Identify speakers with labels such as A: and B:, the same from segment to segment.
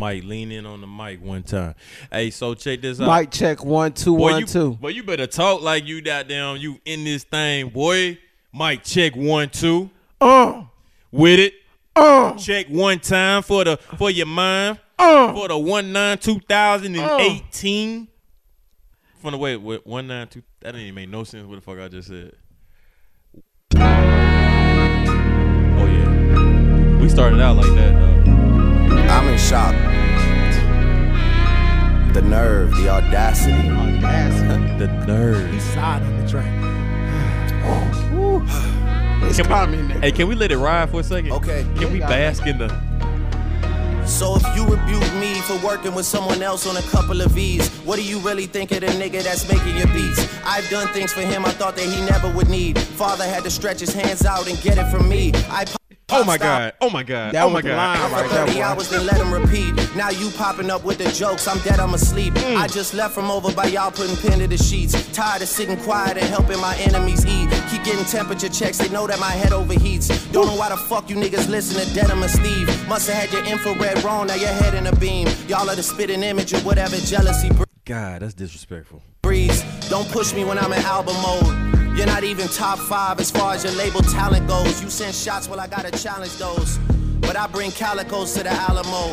A: Mike, lean in on the mic one time. Hey, so check this out.
B: Mic check one two
A: boy,
B: one
A: you,
B: two.
A: Boy, you better talk like you that down. You in this thing, boy. Mic check one two
B: Uh,
A: with it.
B: uh,
A: Check one time for the for your mind
B: uh.
A: for the one nine two thousand and eighteen. From the way wait, one nine two. That didn't even make no sense. What the fuck I just said? Oh yeah, we started out like that though.
C: I'm in shock. The nerve, the audacity.
A: The nerves.
B: It's coming.
A: Hey, can we let it ride for a second?
C: Okay.
A: Can we bask in the?
C: So if you rebuke me for working with someone else on a couple of V's, what do you really think of the nigga that's making your beats? I've done things for him I thought that he never would need. Father had to stretch his hands out and get it from me. I pop-
A: Oh my god! Oh my god!
B: That
A: oh
B: was
A: my
B: the
A: god!
B: line
C: For
B: right there,
C: 30
B: boy.
C: hours, then let him repeat. Now you popping up with the jokes. I'm dead, I'm asleep. I just left from over by y'all putting pen to the sheets. Tired of sitting quiet and helping my enemies eat. Keep getting temperature checks, they know that my head overheats. Don't know why the fuck you niggas listen to Dedham and Steve. Must have had your infrared wrong, now your head in a beam. Y'all are the spitting image of whatever jealousy
A: God, that's disrespectful.
C: breeze. Don't push me when I'm in album mode. You're not even top five as far as your label talent goes. You send shots, well, I gotta challenge those. But I bring calicos to the Alamo.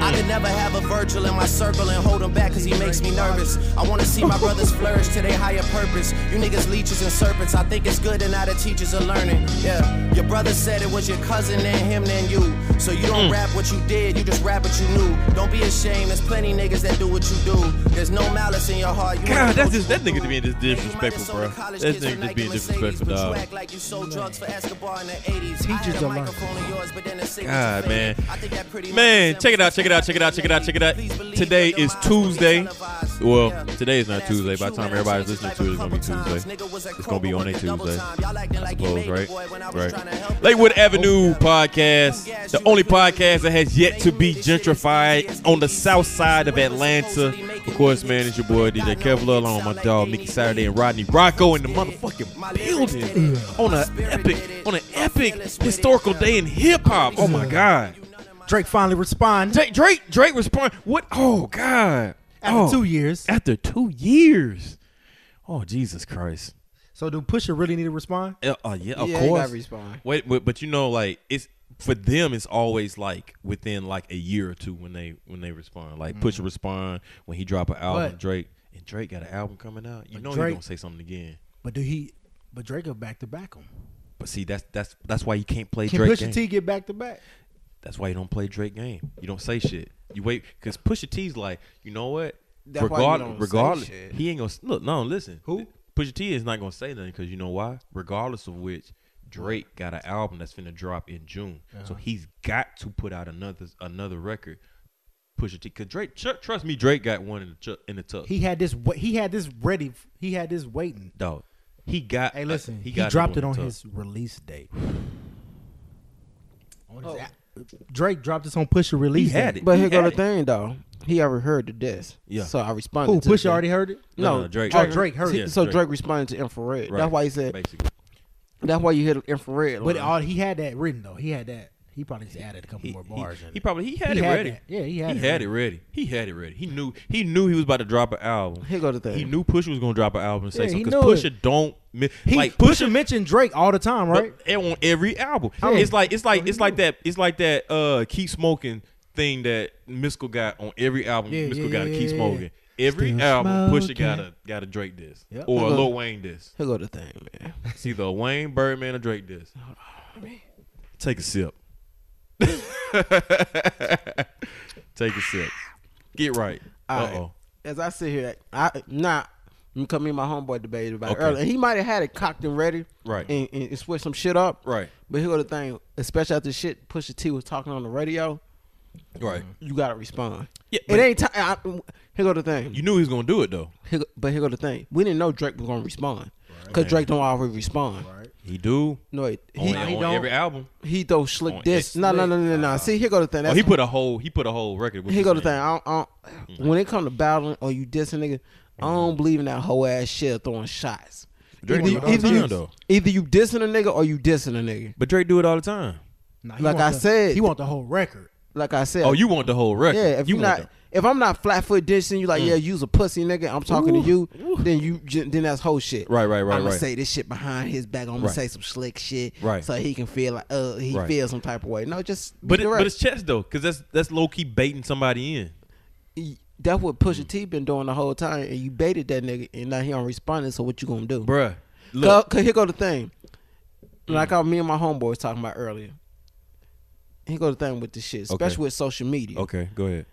C: I could never have a Virgil in my circle and hold him back cause he makes me nervous. I wanna see my brothers flourish to their higher purpose. You niggas leeches and serpents. I think it's good and now the teachers are learning. Yeah. Your brother said it was your cousin and him then you. So you don't rap what you did, you just rap what you knew. Don't be ashamed, there's plenty niggas that do what you do. There's no malice in your heart. You
A: God, that's just that nigga to being just disrespectful, bro. That nigga just being disrespectful, dog.
C: Teachers are learning.
A: God, man. Man, check it out, check it out, check it out, check it out, check it out. Today is Tuesday. Well, today is not Tuesday. By the time everybody's listening to it, it's gonna be Tuesday.
C: It's
A: gonna be on a Tuesday,
C: I
A: Close, right? Right. Lakewood
B: Oh,
C: Oh,
A: Avenue podcast, the only podcast that has yet to be gentrified on the south side of Atlanta. Of course, man, it's your boy DJ Kevlar along with my dog Mickey Saturday and Rodney Rocco in the motherfucking building on an epic, on an epic historical day in hip hop. Oh my God.
D: Drake finally responds
A: Drake, Drake, Drake respond. What? Oh God!
D: after
A: oh,
D: two years.
A: After two years. Oh Jesus Christ!
D: So do Pusha really need to respond?
A: Uh, uh, yeah, of
B: Yeah, he
A: course.
B: gotta respond.
A: Wait, wait, but you know, like it's for them, it's always like within like a year or two when they when they respond. Like Pusha respond when he drop an album.
D: Mm. But-
A: Drake and Drake got an album coming out. You know he
D: Drake-
A: gonna say something again.
D: But do he? But Drake will back to back him.
A: But see, that's that's that's why you can't play
D: Can
A: Drake.
D: Pusha
A: game.
D: T get back to back?
A: That's why you don't play Drake game. You don't say shit. You wait because Pusha T's like, you know what?
B: That's why you
A: Regard-
B: don't say
A: regardless,
B: shit.
A: he ain't gonna look. No, listen.
D: Who?
A: Pusha T is not gonna say nothing because you know why? Regardless of which, Drake got an album that's finna drop in June, so he's got to put out another another record. Pusha T, cause Drake, tr- trust me, Drake got one in the chu- in the tuck.
D: He had this. wa- He had this ready. He had this waiting.
A: dog. He got.
D: Hey, listen. he
A: got
D: dropped it
A: one in
D: on
A: the tuck.
D: his release date. On his a- Drake dropped this on Pusha release.
A: He had
D: date.
A: it.
B: But
A: He
B: here go
A: had
B: the thing though. He already heard the diss.
A: Yeah.
B: So I responded.
D: Who?
B: to the
D: Pusha
B: diss.
D: already heard it.
A: No, no,
B: No,
A: Drake.
D: Oh, Drake heard
A: Yeah,
D: it.
B: So Drake. responded to infrared.
A: Right.
B: That's why he said.
A: Basically.
B: That's why you hit infrared.
D: But
B: line.
D: all he had that written though. He had that. He probably just added a couple
A: Uh-huh. he,
D: more
A: he-
D: bars. in
A: he
D: it.
A: probably he had
D: He
A: it
D: had
A: ready.
D: that. Yeah, he had
A: he
D: it
A: had it ready. He had it ready. He knew he knew he was about to drop an album.
B: Here go the thing.
A: He knew Pusha was gonna drop an album and say
D: Yeah,
A: something
D: he knew
A: because
D: it.
A: Pusha don't mi-
D: He
A: like
D: Pusha,
A: Pusha.
D: mentioned Drake all the time, right?
A: but- and on every album,
D: Yeah.
A: it's like it's like
D: So he
A: it's like
D: knew.
A: that it's like that uh keep smoking thing that Miskel got on every album.
D: Yeah,
A: Miskel
D: yeah,
A: got to
D: yeah,
A: keep
D: yeah,
A: smoking.
D: yeah.
A: Every
D: Still
A: album, Pusha
D: smoking.
A: got a got a Drake diss
D: Yep.
A: or a
B: Look.
A: Lil Wayne diss.
B: Here go the thing, man.
A: It's either a Wayne Birdman or Drake diss. Take a sip. Take a sip. Get right.
B: All
A: Uh
B: right.
A: oh.
B: As I sit here, I not. Nah, come in my homeboy debated about
A: Okay.
B: it earlier. He might have had it cocked and ready,
A: Right.
B: And, and, and switched some shit up,
A: Right.
B: But here go the thing, especially after shit Pusha T was talking on the radio,
A: Right.
B: you gotta respond.
A: Yeah,
B: it
A: but-
B: ain't time. I, here go the thing.
A: You knew he was gonna do it though.
B: Here go- but here go the thing. We didn't know Drake was gonna respond because Drake don't always respond.
A: He do.
B: No, he
A: On,
B: he,
A: on
B: he don't.
A: every album.
B: he throw slick
A: on
B: diss. No, no, no, no, no, no. See, here go the thing.
A: Oh,
B: That's
A: he put a whole he put a whole record. with
B: Here
A: you
B: go the thing.
A: saying.
B: I don't, I
A: Mm-hmm.
B: don't, when it come to battling or you dissing nigga, I don't believe in that whole ass shit of throwing shots.
A: Drake do it
B: either,
A: all the
B: either
A: time,
B: you,
A: though.
B: either you dissing a nigga or you dissing a nigga.
A: But Drake do it all the time.
D: Nah, he
B: Like
D: want
B: I
D: the-
B: said-
D: he want the whole record.
B: Like I said,
A: Oh, you want the whole record?
B: yeah. If
A: you
B: you
A: want Mm.
B: not, if I'm not flat foot dissing you, like yeah, you's a pussy nigga. I'm talking to you. Then you, j- then that's whole shit.
A: Right, right, right,
B: I'm gonna
A: right.
B: say this shit behind his back. I'm gonna
A: Right.
B: say some slick shit.
A: Right.
B: So he can feel like uh he
A: Right.
B: feels some type of way. No, just be
A: But it, but
B: direct.
A: it's chess though, because that's that's low key baiting somebody in.
B: That's what Pusha T been doing the whole time, and you baited that nigga, and now he on responding. So what you gonna do,
A: Bruh.
B: Cause,
A: Look, Mm.
B: 'cause here go the thing. Like how me and my homeboy was talking about earlier. Here go the thing with this shit, especially
A: Okay.
B: with social media.
A: okay, go ahead.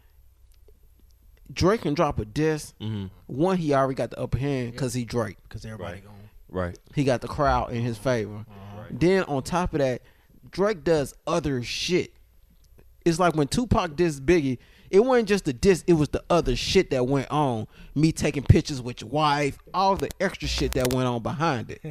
B: Drake can drop a diss.
A: Mm-hmm.
B: One, he already got the upper hand because he Drake.
D: because everybody
A: Right.
D: going.
A: Right.
B: He got the crowd in his favor. Then on top of that, Drake does other shit. It's like when Tupac dissed Biggie, it wasn't just the diss, it was the other shit that went on. Me taking pictures with your wife, all the extra shit that went on behind it.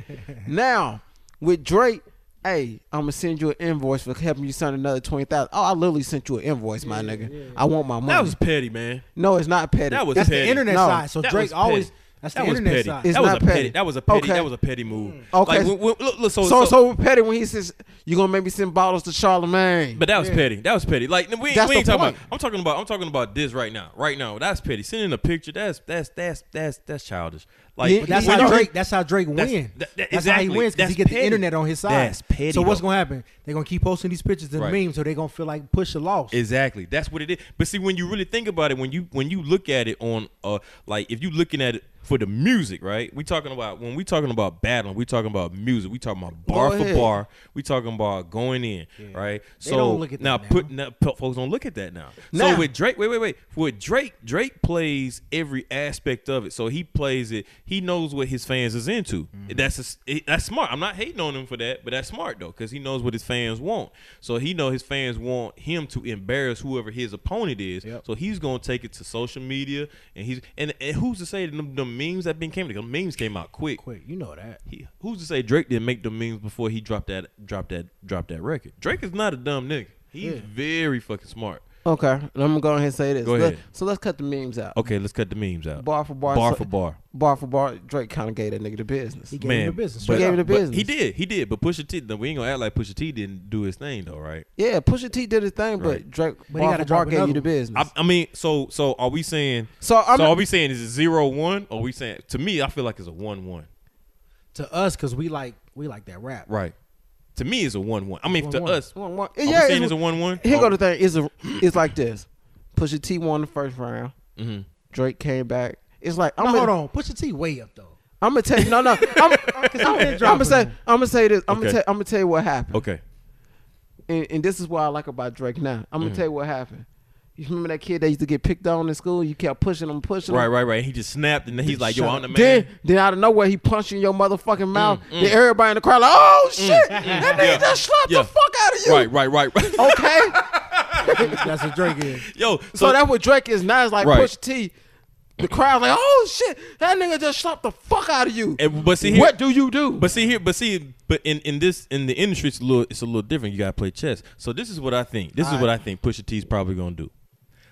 B: now, with Drake, hey, I'm gonna send you an invoice for helping you sign another 20,000. Oh, I literally sent you an invoice, my nigga. I want my money.
A: That was petty, man.
B: no, it's not petty.
A: That was
D: That's
A: petty.
D: the internet
B: No.
D: side. So
A: That was
D: Drake
A: petty.
D: always. That's
A: that
D: the
A: was
D: internet
A: petty.
D: side.
B: It's
A: That was
B: not
A: a petty.
B: petty.
A: That was a petty.
B: Okay. Mm.
A: That was a petty move.
B: Okay.
A: Like, when- when- look, look, so,
B: so, so,
A: so-
B: petty when he says, you gonna make me send bottles to Charlemagne.
A: but that was petty. That was petty. Like we, ain't-
B: That's
A: we ain't
B: the
A: talking
B: point.
A: about. I'm talking about. I'm talking about this right now. Right now, that's petty. Sending a picture. That's that's that's that's that's childish. Like
B: Yeah,
D: But that's
A: when
D: how
A: you-
D: Drake. That's how Drake
A: That's-
D: wins.
A: that- that-
D: that's how
A: exactly.
D: he wins because he
A: That's
D: gets
A: petty.
D: the internet on his side.
A: That's petty,
D: So what's
A: though.
D: gonna happen? They're gonna keep posting these pictures and
A: Right.
D: memes, so they're gonna feel like push a loss.
A: Exactly. That's what it is. But see, when you really think about it, when you when you look at it on uh like if you looking at it for the music, right? We talking about when we talking about battling, we talking about music, we talking about bar
B: Go
A: for
B: ahead.
A: bar, we talking about going in, right? So
D: don't look at that
A: now,
D: now.
A: put now p- folks don't look at that now. So
B: Now.
A: with Drake, wait, wait, wait. With Drake, Drake plays every aspect of it. So he plays it. He knows what his fans is into. That's a s it- that's smart. I'm not hating on him for that, but that's smart though, because he knows what his fans want. So he know his fans want him to embarrass whoever his opponent is. So he's gonna take it to social media, and he's and, and who's to say that them, them memes that been came? The memes came out quick.
D: Quick, you know that.
A: He, who's to say Drake didn't make the memes before he dropped that dropped that dropped that record? Drake is not a dumb nigga. He's very fucking smart.
B: Okay, I'm gonna go ahead and say this.
A: Go
B: Let-
A: ahead.
B: so let's cut the memes out.
A: Okay, let's cut the memes out.
B: Bar for bar,
A: Bar
B: so-
A: for bar.
B: Bar for bar, Drake kind of gave that nigga the business.
D: He gave him the business.
A: but-
B: He gave him the
A: but
B: business.
A: He did. He did. But Pusha T, we ain't gonna act like Pusha T didn't do his thing though, right?
B: Yeah, Pusha T did his thing,
A: Right.
B: but Drake
D: he
B: bar
D: gotta
B: for bar
D: drop
B: gave you
D: another
B: the business.
A: I, I mean, so so are we saying?
B: So, I'm not-
A: are we saying is it zero one? Or are we saying to me? I feel like it's a one one.
D: To us, because we like we like that rap.
A: Right. To me, it's a one one. I mean, to
D: 1-1.
A: us,
B: One, one-
A: are we
B: yeah,
A: saying it's a Oh. one one?
B: Here go the thing. It's a, it's like this. Pusha T won the first round.
A: Mm-hmm.
B: Drake came back. It's like I'm
D: No,
B: gonna,
D: hold on. Push your T way up though.
B: I'm gonna tell you. No, no. I'm, I'm gonna say. I'm gonna say this. I'm
A: Okay.
B: gonna. Tell, I'm gonna tell you what happened.
A: Okay.
B: and, and this is what I like about Drake now. I'm
A: Mm.
B: gonna tell you what happened. You remember that kid that used to get picked on in school? You kept pushing him, pushing
A: Right,
B: him.
A: right, right. He just snapped and then he's like, "Yo, I'm the man." Mm,
B: Then, then out of nowhere, he punched you in your motherfucking mouth. Then everybody in the crowd like, "Oh shit, that nigga
A: Yeah.
B: just slapped
A: Yeah.
B: the fuck out of you."
A: Right, right, right,
B: Oh.
A: right.
B: Okay,
D: That's what Drake is.
A: Yo,
B: so, that's what Drake is now. It's like
A: Right.
B: Push T. The crowd's like, "Oh shit, that nigga just slapped the fuck out of you."
A: And- but see here-
B: what do you do?
A: But see here, but see, but in, in this in the industry, it's a little it's a little different. You gotta play chess. So this is what I think. This is what I think Pusha T's probably gonna do.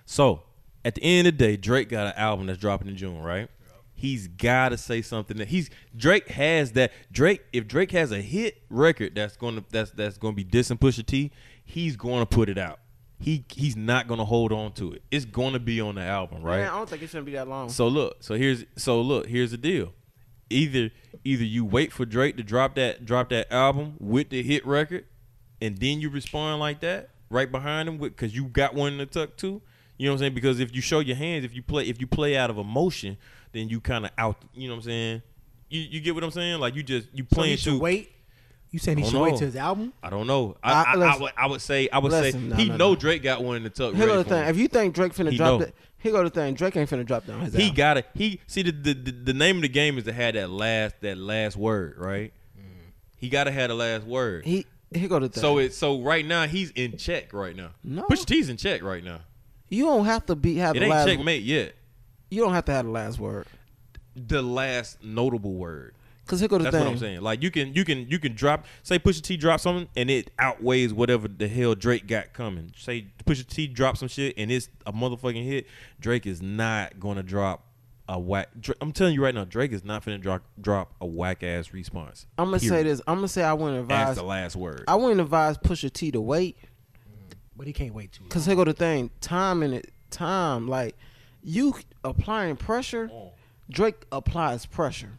A: So at the end of the day, Drake got an album that's dropping in June, right? He's gotta say something that he's Drake has that Drake. If Drake has a hit record that's gonna that's that's gonna be dissing Pusha T, he's gonna put it out. He he's not gonna hold on to it. It's gonna be on the album, right?
B: Man, I don't think it shouldn't be that long.
A: So look, so here's so look, here's the deal. Either either you wait for Drake to drop that drop that album with the hit record, and then you respond like that right behind him with because you got one in the tuck too. You know what I'm saying? Because if you show your hands, if you play if you play out of emotion, then you kind of out. You know what I'm saying? You you get what I'm saying? Like you just you
D: So he
A: playing
D: should
A: too.
D: wait. You saying he
A: I
D: should
A: don't
D: wait
A: know.
D: till his album? Uh,
A: I don't know. I I,
B: I-
A: I,
B: listen.
A: would I would say I would
B: Listen,
A: say
B: no,
A: he
B: no,
A: know
B: no.
A: Drake got one in the tuck.
B: Here
A: ready
B: go the
A: for
B: thing.
A: him.
B: If you think Drake finna
A: He
B: drop
A: know.
B: that, here go the thing. Drake ain't finna drop down his
A: He
B: album.
A: got it. He see the, the the the name of the game is to have that last that last word, right? He gotta have the last word.
B: He here go the thing.
A: so it so right now he's in check right now.
B: No.
A: Push T's in check right now.
B: you don't have to be have
A: It
B: the
A: ain't
B: last.
A: checkmate yet.
B: You don't have to have the last word.
A: The last notable word.
B: Cause here go the
A: That's
B: thing.
A: what I'm saying. Like you can you can you can drop say Pusha T drop something and it outweighs whatever the hell Drake got coming. Say Pusha T drop some shit and it's a motherfucking hit. Drake is not gonna drop a whack. Dra- I'm telling you right now, Drake is not finna drop drop a whack ass response.
B: I'm gonna say
A: Period.
B: this. I'm gonna say I wouldn't
A: That's
B: advise.
A: the last word.
B: I wouldn't advise Pusha T to wait.
D: but he can't wait too long.
B: Cause here go the thing, time and it, time. Like you applying pressure,
A: Oh.
B: Drake applies pressure.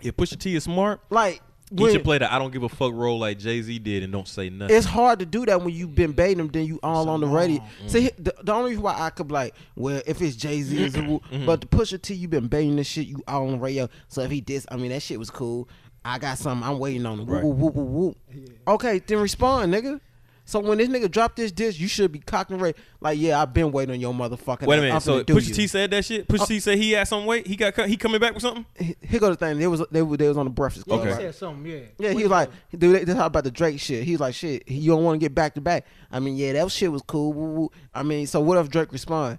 A: Yeah, Pusha T is smart.
B: Like
A: He
B: when,
A: should play the I don't give a fuck role like Jay Z did and don't say nothing.
B: it's hard to do that when you've been baiting them. Then you all on the radio.
A: Mm-hmm.
B: See, he- the, the only reason why I could be like, well, if it's Jay Z, it's a
A: Mm-hmm.
B: woo- but the Pusha T, you been baiting this shit. You all on the radio. So if he did, I mean that shit was cool. I got something. I'm waiting on him. Whoop,
A: Right.
B: whoop, whoop, whoop, whoop. Okay, then respond, nigga. So when this nigga dropped this disc, you should be cocking ready. Like, yeah, I've been waiting on your motherfucking.
A: Wait a
B: ass. I'm
A: minute. So
B: finna do
A: Pusha
B: you. Uh,
A: T said that shit. Pusha T said he had some weight. He got cut. He coming back with something.
B: here go the thing. They was they, was- they was on the Breakfast Club.
A: Okay.
D: He
B: right?
D: said something, yeah.
B: Yeah, he was like, dude, they- they talk about the Drake shit. He was like, shit, you don't want to get back to back. I mean, yeah, that shit was cool. woo, woo. I mean, so what if Drake respond?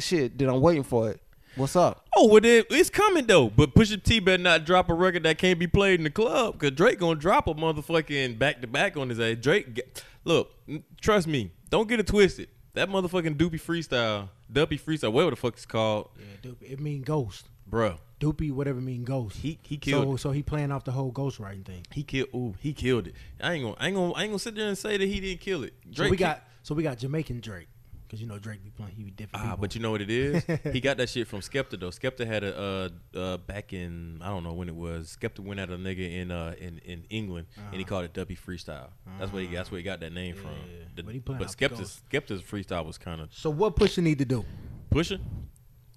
B: Shit, then I'm waiting for it. What's up?
A: Oh, well, then it's coming though. But Pusha T better not drop a record that can't be played in the club because Drake gonna drop a motherfucking back to back on his ass. Drake, g- look, n- trust me, don't get it twisted. That motherfucking Doopy freestyle, Duppy freestyle, whatever the fuck it's called,
D: yeah Doopey- it mean ghost.
A: bruh.
D: Doopy, whatever mean ghost.
A: He he killed.
D: so, so he playing off the whole ghost writing thing.
A: He killed. Ooh, he killed it. I ain't gonna. I ain't gonna. I ain't gonna sit there and say that he didn't kill it.
D: So
A: Drake.
D: we
A: ki-
D: got so we got Jamaican Drake because you know Drake be playing he be different.
A: Ah,
D: people.
A: but you know what it is? he got that shit from Skepta though. Skepta had a uh, uh back in I don't know when it was. Skepta went at a nigga in uh in, in England and he called it Duppy Freestyle. That's where he that's where he got that name from. The-
D: But he playing
A: but
D: out the
A: Skepta's Skepta's freestyle was kind of
D: so what Pusha need to do?
A: pushing.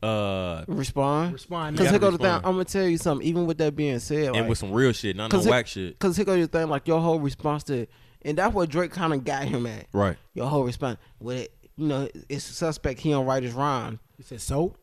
A: Uh
B: Respond.
D: Respond
B: Because
D: now.
B: here
A: gotta
B: go the thing. I'm
A: respond.
B: gonna tell you something. Even with that being said,
A: and with some real shit, not no
B: cause here-
A: whack shit.
B: Because here go the thing. Like your whole response to, and that's what Drake kind of got him at.
A: Right.
B: Your whole response with it. You know, it's suspect. He don't write his rhyme.
D: He said so.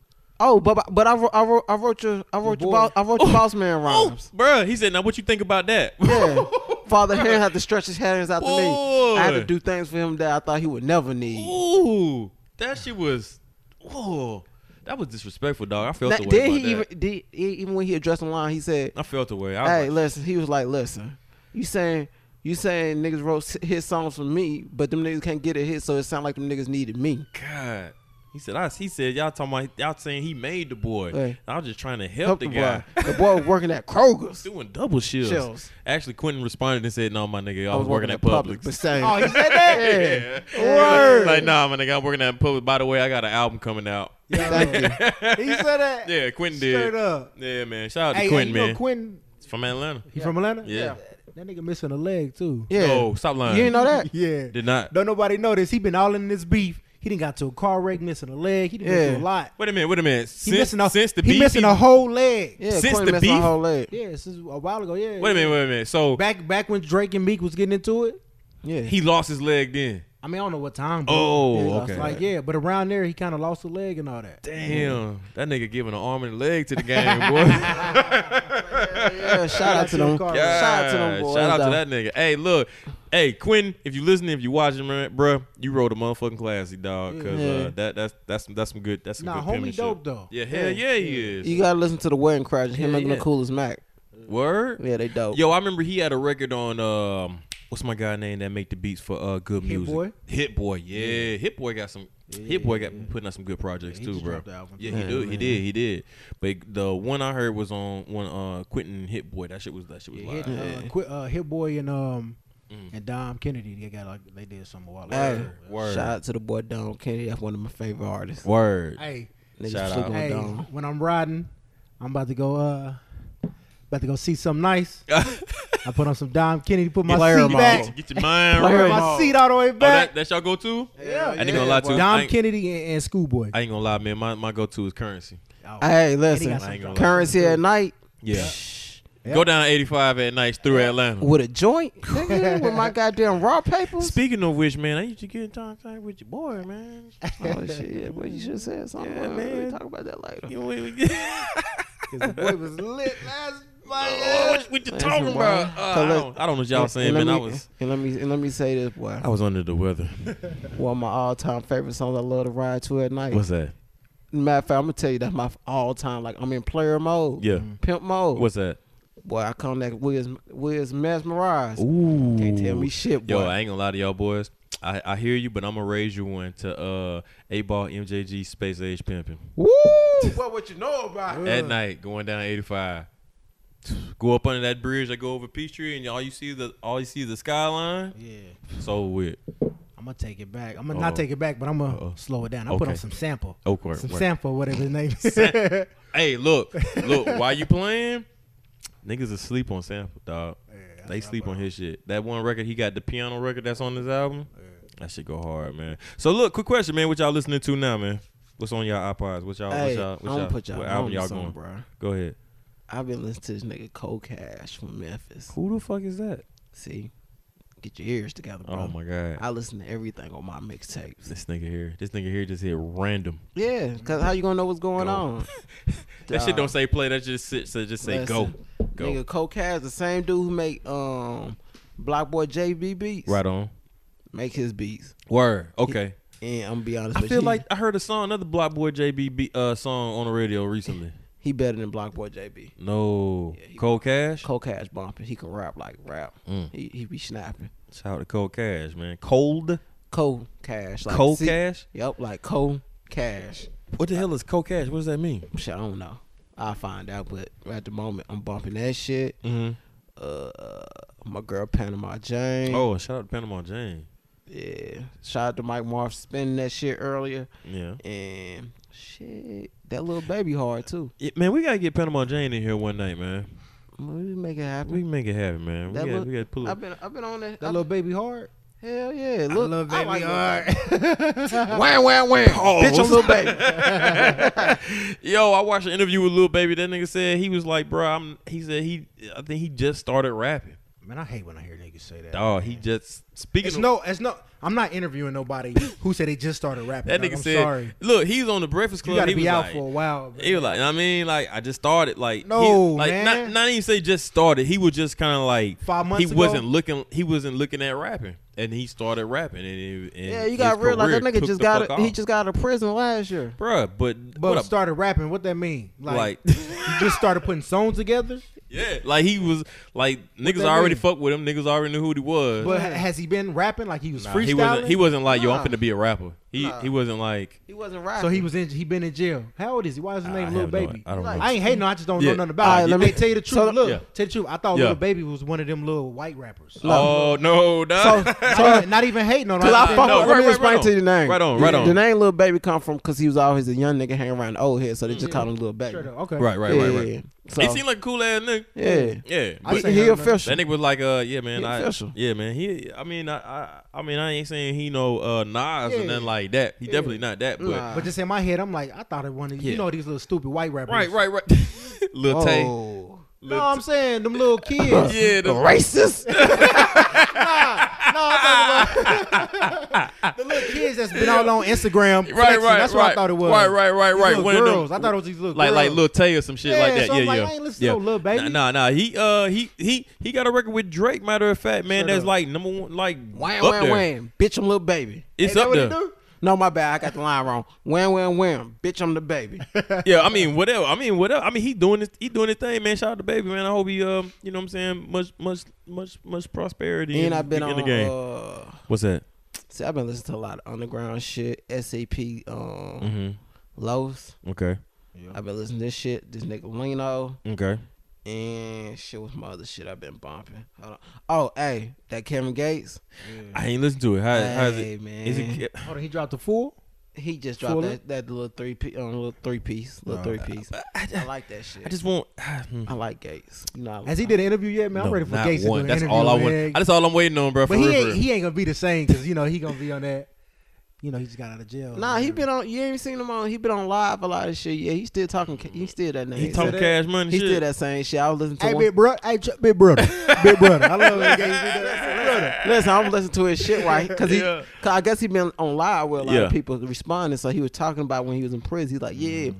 B: Oh, but but I wrote I wrote I wrote your I wrote your
D: boy.
B: boss I wrote your boss man
A: Oh,
B: rhymes.
A: bruh, he said, now what you think about that?
B: Yeah. Father Heron had to stretch his hands out to me. I had to
A: Boy.
B: do things for him that I thought he would never need.
A: Ooh, that shit was. Whoa, that was disrespectful, dog. I felt
B: Now,
A: the way.
B: then
A: about
B: he even
A: that.
B: did, he- even when he addressed the line, he said,
A: I felt the way. I was
B: "Hey,
A: like,
B: listen." He was like, "Listen, you saying you saying niggas wrote s- hit songs for me, but them niggas can't get a hit, so it sound like them niggas needed me."
A: God. He said, I, he said, y'all talking about, y'all saying he made the boy.
B: Hey.
A: I was just trying to help,
B: Help
A: the,
B: the boy.
A: guy.
B: The boy was working at Kroger's.
A: Doing double shifts.
B: Shills.
A: Actually, Quentin responded and said, no, my nigga, I, was, working, at Publix.
B: but saying,
D: Oh, he said that.
A: Yeah.
B: Word.
A: Like, nah, my nigga, I'm working at Publix. By the way, I got an album coming out. Yeah,
B: thank you.
D: he said that.
A: Quentin did.
D: Straight up.
A: Yeah, man. Shout out
D: Hey,
A: to Quentin,
D: hey, you know
A: man.
D: Quentin,
A: He's From Atlanta.
D: he from Atlanta.
A: Yeah.
D: That nigga missing a leg too.
B: Yeah.
A: Oh, stop lying.
B: You didn't know that?
D: Yeah.
A: Did not.
D: Don't nobody know this. He been all in this beef. He didn't got to a car wreck, missing a leg. He didn't
B: Yeah.
D: do a lot.
A: Wait a minute, wait a minute.
D: He
A: Since,
D: missing a
A: since the
D: he
A: beef,
D: missing
A: he-
D: a whole leg.
B: Yeah,
A: Since
B: Quentin
A: the
B: missed my
A: beef-
B: whole leg.
D: Yeah, this is a while ago. Yeah.
A: Wait a minute, wait a minute. So
D: Back back when Drake and Meek was getting into it.
B: Yeah,
A: he lost his leg then.
D: I mean, I don't know what time. but-
A: Oh,
B: he lost
A: okay.
D: Like yeah, but around there he kind of lost a leg and all that.
A: Damn, that nigga giving an arm and a leg to the game, boy.
B: yeah. Shout out to them. Shout out to them boys.
A: Shout out to
B: though.
A: that nigga. Hey, look. Hey, Quinn, if you listening, if you watching, man, bruh, you wrote a motherfucking classic, dog. Cause
B: Yeah.
A: uh, that that's that's some that's some good that's some
D: Nah,
A: good
D: homie
A: penmanship.
D: dope, though.
A: Yeah, hell yeah, he is.
B: You gotta listen to the wedding crash. Him
A: Yeah,
B: and
A: yeah.
B: the coolest Mac.
A: Word.
B: Yeah, they dope.
A: Yo, I remember he had a record on um what's my guy name that make the beats for uh good
D: Hit
A: music.
D: Boy?
A: Hit Boy, yeah. Hit Boy got some Hit Boy got putting out some good projects
D: he
A: too,
D: just
A: bro.
D: dropped the album.
A: Yeah, he do, he did, he did. But the one I heard was on one uh Quentin Hit Boy. That shit was that shit was
D: Hit,
A: live.
D: uh, Qui- uh, Hit Boy and um
A: Mm.
D: and Dom Kennedy, they got like they did some a while
B: Hey,
D: ago.
A: Word.
B: shout out to the boy Don Kennedy. That's one of my favorite artists.
A: Word.
D: Hey,
B: Niggas
A: Shout
B: flipping
A: out.
B: with
D: hey,
B: Don.
D: when I'm riding, I'm about to go uh about to go see something nice. I put on some Dom Kennedy, put my
B: Player
D: seat
B: mode.
D: back,
A: Get your mind right.
B: Player
D: put
B: mode.
A: Oh,
D: my seat all the way
A: that,
D: back.
A: that's y'all go to?
B: Yeah,
A: I ain't gonna lie to you. I
D: Dom
A: ain't,
D: Kennedy and, and Schoolboy.
A: I ain't gonna lie, man. My my go to is currency.
D: Oh,
B: Hey,
D: and he
B: listen.
D: got some
A: I ain't gonna lie.
B: Currency at night.
A: Yeah.
B: Shh.
A: Go down 85 at nights through Atlanta.
B: With a joint, nigga, with my goddamn raw papers.
A: Speaking of which, man, I used to get in contact with your boy, man.
B: Oh shit! Well, you should have said something.
A: Yeah,
B: Yeah, man.
A: man.
B: We talk about that later.
A: You know, we, we,
D: the boy was lit last
A: oh, what, what you talking
B: boy.
A: about? Uh, I,
B: So let-
A: don't, I don't know what y'all saying,
B: and let
A: man. I
B: me-
A: was
B: And let me and let me say this, boy.
A: I was under the weather.
B: One of my all-time favorite songs. I love to ride to at night.
A: What's that?
B: Matter of fact, I'm gonna tell you that's my all-time. Like I'm in player mode.
A: Yeah.
B: Pimp mode.
A: What's that?
B: Boy, I come that Wiz Wiz mesmerized.
A: Ooh.
B: Can't tell me shit, boy.
A: Yo, I ain't gonna lie to y'all boys. I, I hear you, but I'm gonna raise you one to uh A ball MJG space age pimping.
B: Woo! What what you know about?
A: at night going down 85 go up under that bridge i go over peachtree and all you see the all you see is the skyline
D: Yeah.
A: so weird
D: I'm gonna take it back. I'm gonna not take it back, but I'm gonna slow it down. I put
A: Okay. Oh,
D: on some sample.
A: Okay,
D: some
A: right.
D: sample, whatever his name is.
A: Hey, look, look, while you playing, niggas asleep on sample, dog. they sleep on his shit. That one record he got, the piano record that's on his album. That shit go hard, man. So look, quick question, man. What y'all listening to now, man? What's on y'all iPods? What y'all? what
B: Hey,
A: y'all? What
B: I'm gonna put y'all
A: What album
B: on
A: y'all
B: this
A: going?
B: song, bruh.
A: Go ahead.
B: I've been listening to this nigga Cold Cash from Memphis.
A: Who the fuck is that?
B: See, get your ears together, bro.
A: Oh my god.
B: I listen to everything on my mixtapes.
A: this nigga here. This nigga here just hit random.
B: Yeah, cause how you gonna know what's going
A: Go.
B: on?
A: That shit don't say play. That just sit. So just say go,
B: Listen,
A: go.
B: Nigga, Cold Cash, the same dude who make um Block Boy JB beats,
A: Right on.
B: Make his beats,
A: Word. Okay.
B: and I'm gonna be honest.
A: I
B: with
A: feel
B: you,
A: like I heard a song, another Block Boy JB uh, song on the radio recently.
B: he better than Block Boy JB.
A: No,
B: Yeah, he-
A: Cold Cash.
B: Cold Cash bumping, he can rap like rap.
A: Mm.
B: He he be snapping.
A: Shout out to Cold Cash, man. Cold,
B: Cold Cash, like
A: Cold
B: C-
A: Cash.
B: Yep, like Cold Cash.
A: What the hell is Cold Cash? What does that mean?
B: Shit, I don't know. I'll find out, but at the moment, I'm bumping that shit.
A: Mm-hmm.
B: Uh, my girl Panama Jane.
A: Oh, shout out to Panama Jane.
B: Yeah. Shout out to Mike Marv spinning that shit earlier.
A: Yeah.
B: And shit, that little baby hard too.
A: Yeah, man, we gotta get Panama Jane in here one night, man.
B: We can make it happen.
A: We can make it happen, man. We
B: That
A: gotta,
B: look-
A: we gotta pull
B: I've
A: up.
B: been I've been on that.
D: that
B: I-
D: little baby hard.
B: hell yeah.
D: I
B: Look,
D: love
B: I
D: baby
B: like Oh. little-
D: hard.
B: Wham wham wham. Bitch, I'm little baby.
A: Yo, I watched an interview with Lil Baby. That nigga said he was like, bro, I'm. He said he. I think he just started rapping.
D: man, I hate when I hear niggas say that.
A: Dog, he just speaking.
D: It's
A: of-
D: no, it's no. I'm not interviewing nobody who said they just started rapping.
A: That
D: dog.
A: nigga
D: I'm
A: said,
D: sorry.
A: "Look, he's on the Breakfast Club.
D: You got
A: he
D: to be
A: was
D: out
A: like,
D: for a while.
A: He was like, I mean, like I just started, like
D: No,
A: he- like not
D: man.
A: not even say just started. He was just kind of like
D: Five months
A: He
D: ago?
A: wasn't looking. He wasn't looking at rapping, and he started rapping. And, it- and
B: Yeah, you
A: his
B: got real like that
A: career
B: nigga
A: took
B: just
A: the
B: got
A: fuck
B: a, he
A: off.
B: just got out of prison last year.
A: bruh. But
D: But
A: what a-
D: started rapping. What that mean?
A: like,
D: you just started putting songs together.
A: yeah, like he was like niggas
D: that
A: already
D: mean?
A: fucked with him. Niggas already knew who he was.
D: But ha- has he been rapping? Like he was
A: Nah,
D: freestyling.
A: he wasn't. He wasn't like yo.
B: Nah.
A: I'm finna be a rapper. He
B: Nah.
A: he wasn't like. "Ah,
B: He wasn't rapping.
D: So he was in. He been in jail. How old is he? Why is his
A: I
D: name
A: have
D: Little
A: no-
D: Baby?
A: I don't
B: Like,
A: know.
D: I ain't hating. on. I just don't
A: Yeah.
D: know nothing about
B: Alright,
D: it.
B: let
D: Let
B: me-
D: me tell you the truth.
B: so-
D: look,
A: Yeah.
D: tell the truth. I thought
A: Yeah.
D: Little Baby was one of them little white rappers.
A: Oh no,
B: so,
A: dog.
B: so
D: Not- not even hating on. him.
B: Cause I
D: I'm
B: fuck
D: saying,
A: no,
B: with,
A: right,
B: let me
A: right,
B: explain
A: right on.
B: to you the name.
A: Right on,
B: The-
A: right on.
B: The name Lil Baby come from because he was always a young nigga hanging around the old head, so they just called him Lil Baby.
D: straight up, Okay.
A: Right, right,
B: yeah,
A: right, right.
B: So,
A: He seemed like a cool ass nigga.
B: yeah.
A: Yeah,
D: I
A: but-
D: say
B: He, he
D: hell no.
B: official.
A: That nigga was like, uh, yeah, man,
B: He
A: I,
B: official.
A: yeah, man, he. I mean, I, I, I mean, I ain't saying he no uh, Nas or
D: Yeah.
A: nothing like that. He definitely not that, but
B: Nah.
D: But just in my head, I'm like, I thought it one of you
A: Yeah.
D: know these little stupid white rappers.
A: right, right, right. Lil Tay,
B: oh.
A: Lil
D: No, I'm
A: T-
D: saying them little kids.
A: yeah, the,
B: Racist.
D: No, I'm talking about the little kids that's been all on Instagram. Right,
A: right, right,
D: That's
A: right.
D: what I thought it was.
A: Right, right, right,
D: These
A: right.
D: little
A: One of them-
D: girls. I thought it was these little
A: like,
D: girls.
A: like Lil Tay or some shit
D: Yeah,
A: like that.
D: so
A: yeah,
D: I'm like,
A: yeah.
D: I ain't listen to
A: yeah.
D: no Lil Baby.
A: Nah, nah, nah. He, uh, he, he, he got a record with Drake. Matter of fact, man,
D: Shut
A: that's
D: up.
A: like number one, like
B: Wham,
A: up
B: wham,
A: there.
B: wham. Bitch, I'm Lil Baby.
A: It's
D: Ain't
A: up
D: that what
A: there.
D: it do?
B: No, my bad. I got the line wrong. Wham, wham, wham. Bitch, I'm the baby.
A: yeah, I mean, whatever. I mean, whatever. I mean, he doing this. He doing his thing, man. Shout out to baby, man. I hope he, um, you know, what I'm saying, much, much, much, much prosperity.
B: and
A: in-
B: I've been
A: in
B: on.
A: the game.
B: Uh,
A: What's that?
B: see, I've been listening to a lot of underground shit. SAP, um,
A: Mm-hmm.
B: Los.
A: Okay.
B: I've been listening to this shit. This nigga Lino.
A: Okay.
B: And shit, what's my other shit I've been bumping? Hold on. Oh, hey, that Kevin Gates.
A: I ain't listen to it. How, how's
B: Hey,
A: it?
B: man.
A: Is it?
D: Hold on, Oh, he dropped the full.
B: He just dropped
D: Fuller?
B: that, that little three piece, um, little three piece, little three piece. I, like that shit.
A: I
B: I,
A: just want. hmm,
B: like Gates. You know, I-
D: Has he did an interview yet, man? I'm
A: No,
D: ready for
A: not
D: Gates to do
A: one.
D: an
A: That's
D: interview,
A: all I want.
D: man.
A: I- That's all I'm waiting on, bro. For
D: But he
A: real, for
D: ain't
A: real.
D: he ain't gonna be the same because you know he gonna be on that. You know he just got out of jail.
B: Nah, he been on. You ain't seen him on. He been on live a lot of shit. Yeah, he still talking. ca- Mm-hmm. He still that name.
A: He talking
B: still
A: cash money.
B: He
A: shit.
B: still that same shit. I was listening to
D: Hey,
B: one.
D: big brother. Hey, ch- big brother. big brother. I love when Gates do that. Big brother.
B: Listen, I'm listening to his shit right because he.
A: Yeah.
B: Cause I guess he been on live with a lot
A: Yeah.
B: of people responding. So he was talking about when he was in prison. He's like,
A: Mm.
B: yeah,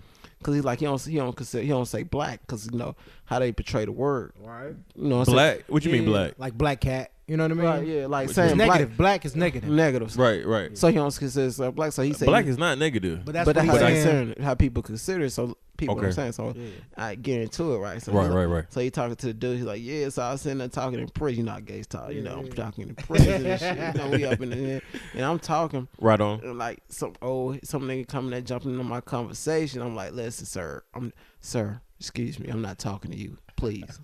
B: because he's like he don't he don't consider, he don't say black because you know how they portray the word.
D: Right.
B: You know what I'm saying?
A: Black. What you mean black?
D: Like black cat. You know what I mean?
B: Right, yeah, like
A: Which
B: saying
D: It's
B: black
D: negative. Black is negative.
B: negatives.
A: Right. Right.
B: So he don't consider himself black. So he said
A: Black
B: he-
A: is not negative.
D: But that's
B: but
D: what
B: that's
D: he's
B: how, they
D: saying.
B: saying, how people consider it. So people
A: Okay.
B: are saying. So I get into it, right? So
A: Right,
B: he's
A: right,
B: like-
A: right.
B: So he talking to the dude. He's like, yeah. So I was sitting there talking in prison. You know, how gays talk. You know, I'm talking in prison and shit. You know, we up in there, and I'm talking
A: Right on.
B: and, like some old some nigga coming and jumping into my conversation. I'm like, listen, sir. I'm sir. Excuse me. I'm not talking to you. Please.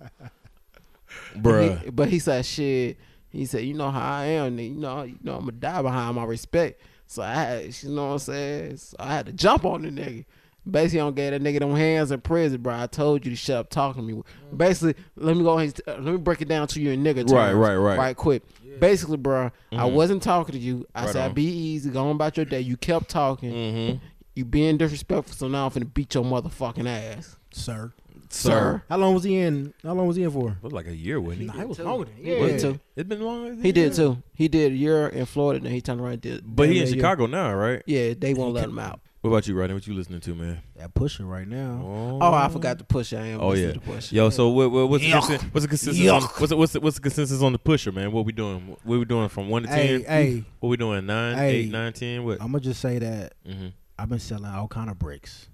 A: Bruh.
B: He- but he said, shit. He said, "You know how I am. nigga. You know, you know I'm gonna die behind my respect." So I, had, you know what I'm saying? So I had to jump on the nigga. Basically, I don't gave that nigga them hands in prison, bro. I told you to shut up talking to me. Basically, let me go. ahead and- uh, Let me break it down to you in nigga terms.
A: Right, right, right. Mm-hmm.
B: Right, quick. Basically, bro, I wasn't talking to you. I
A: Right
B: said,
A: on. Mm.
B: "Be easy. Go on about your day." You kept talking.
A: Mm-hmm.
B: You being disrespectful, so now I'm finna beat your motherfucking ass,
D: sir.
A: sir.
D: How long was he in? How long was he in for?
A: It was like a year, wasn't
D: Nah,
A: it?
D: he was longer. than-
B: He did
D: Yeah.
B: too.
A: It's been long.
B: He did too. He did a year in Florida, then he turned around and did.
A: But he
B: yeah,
A: in
B: yeah.
A: Chicago now, right?
B: Yeah, they won't let him out.
A: What about you, Rodney? What you listening to, man?
D: That pushing right now.
B: Oh, I forgot to push. I am.
A: Oh yeah,
B: to push.
A: yo. So what, what, what's the
D: Yuck.
A: consen- what's the consensus? On,
D: Yuck.
A: what's the, what's the, what's the consensus on the pusher, man? What we doing? What we doing from one to
D: Hey,
A: ten? Mm-hmm.
D: hey.
A: What we doing? Nine,
D: Hey.
A: eight, nine, ten. What?
D: I'm gonna just say that
A: Mhm.
D: I've been selling all kind of bricks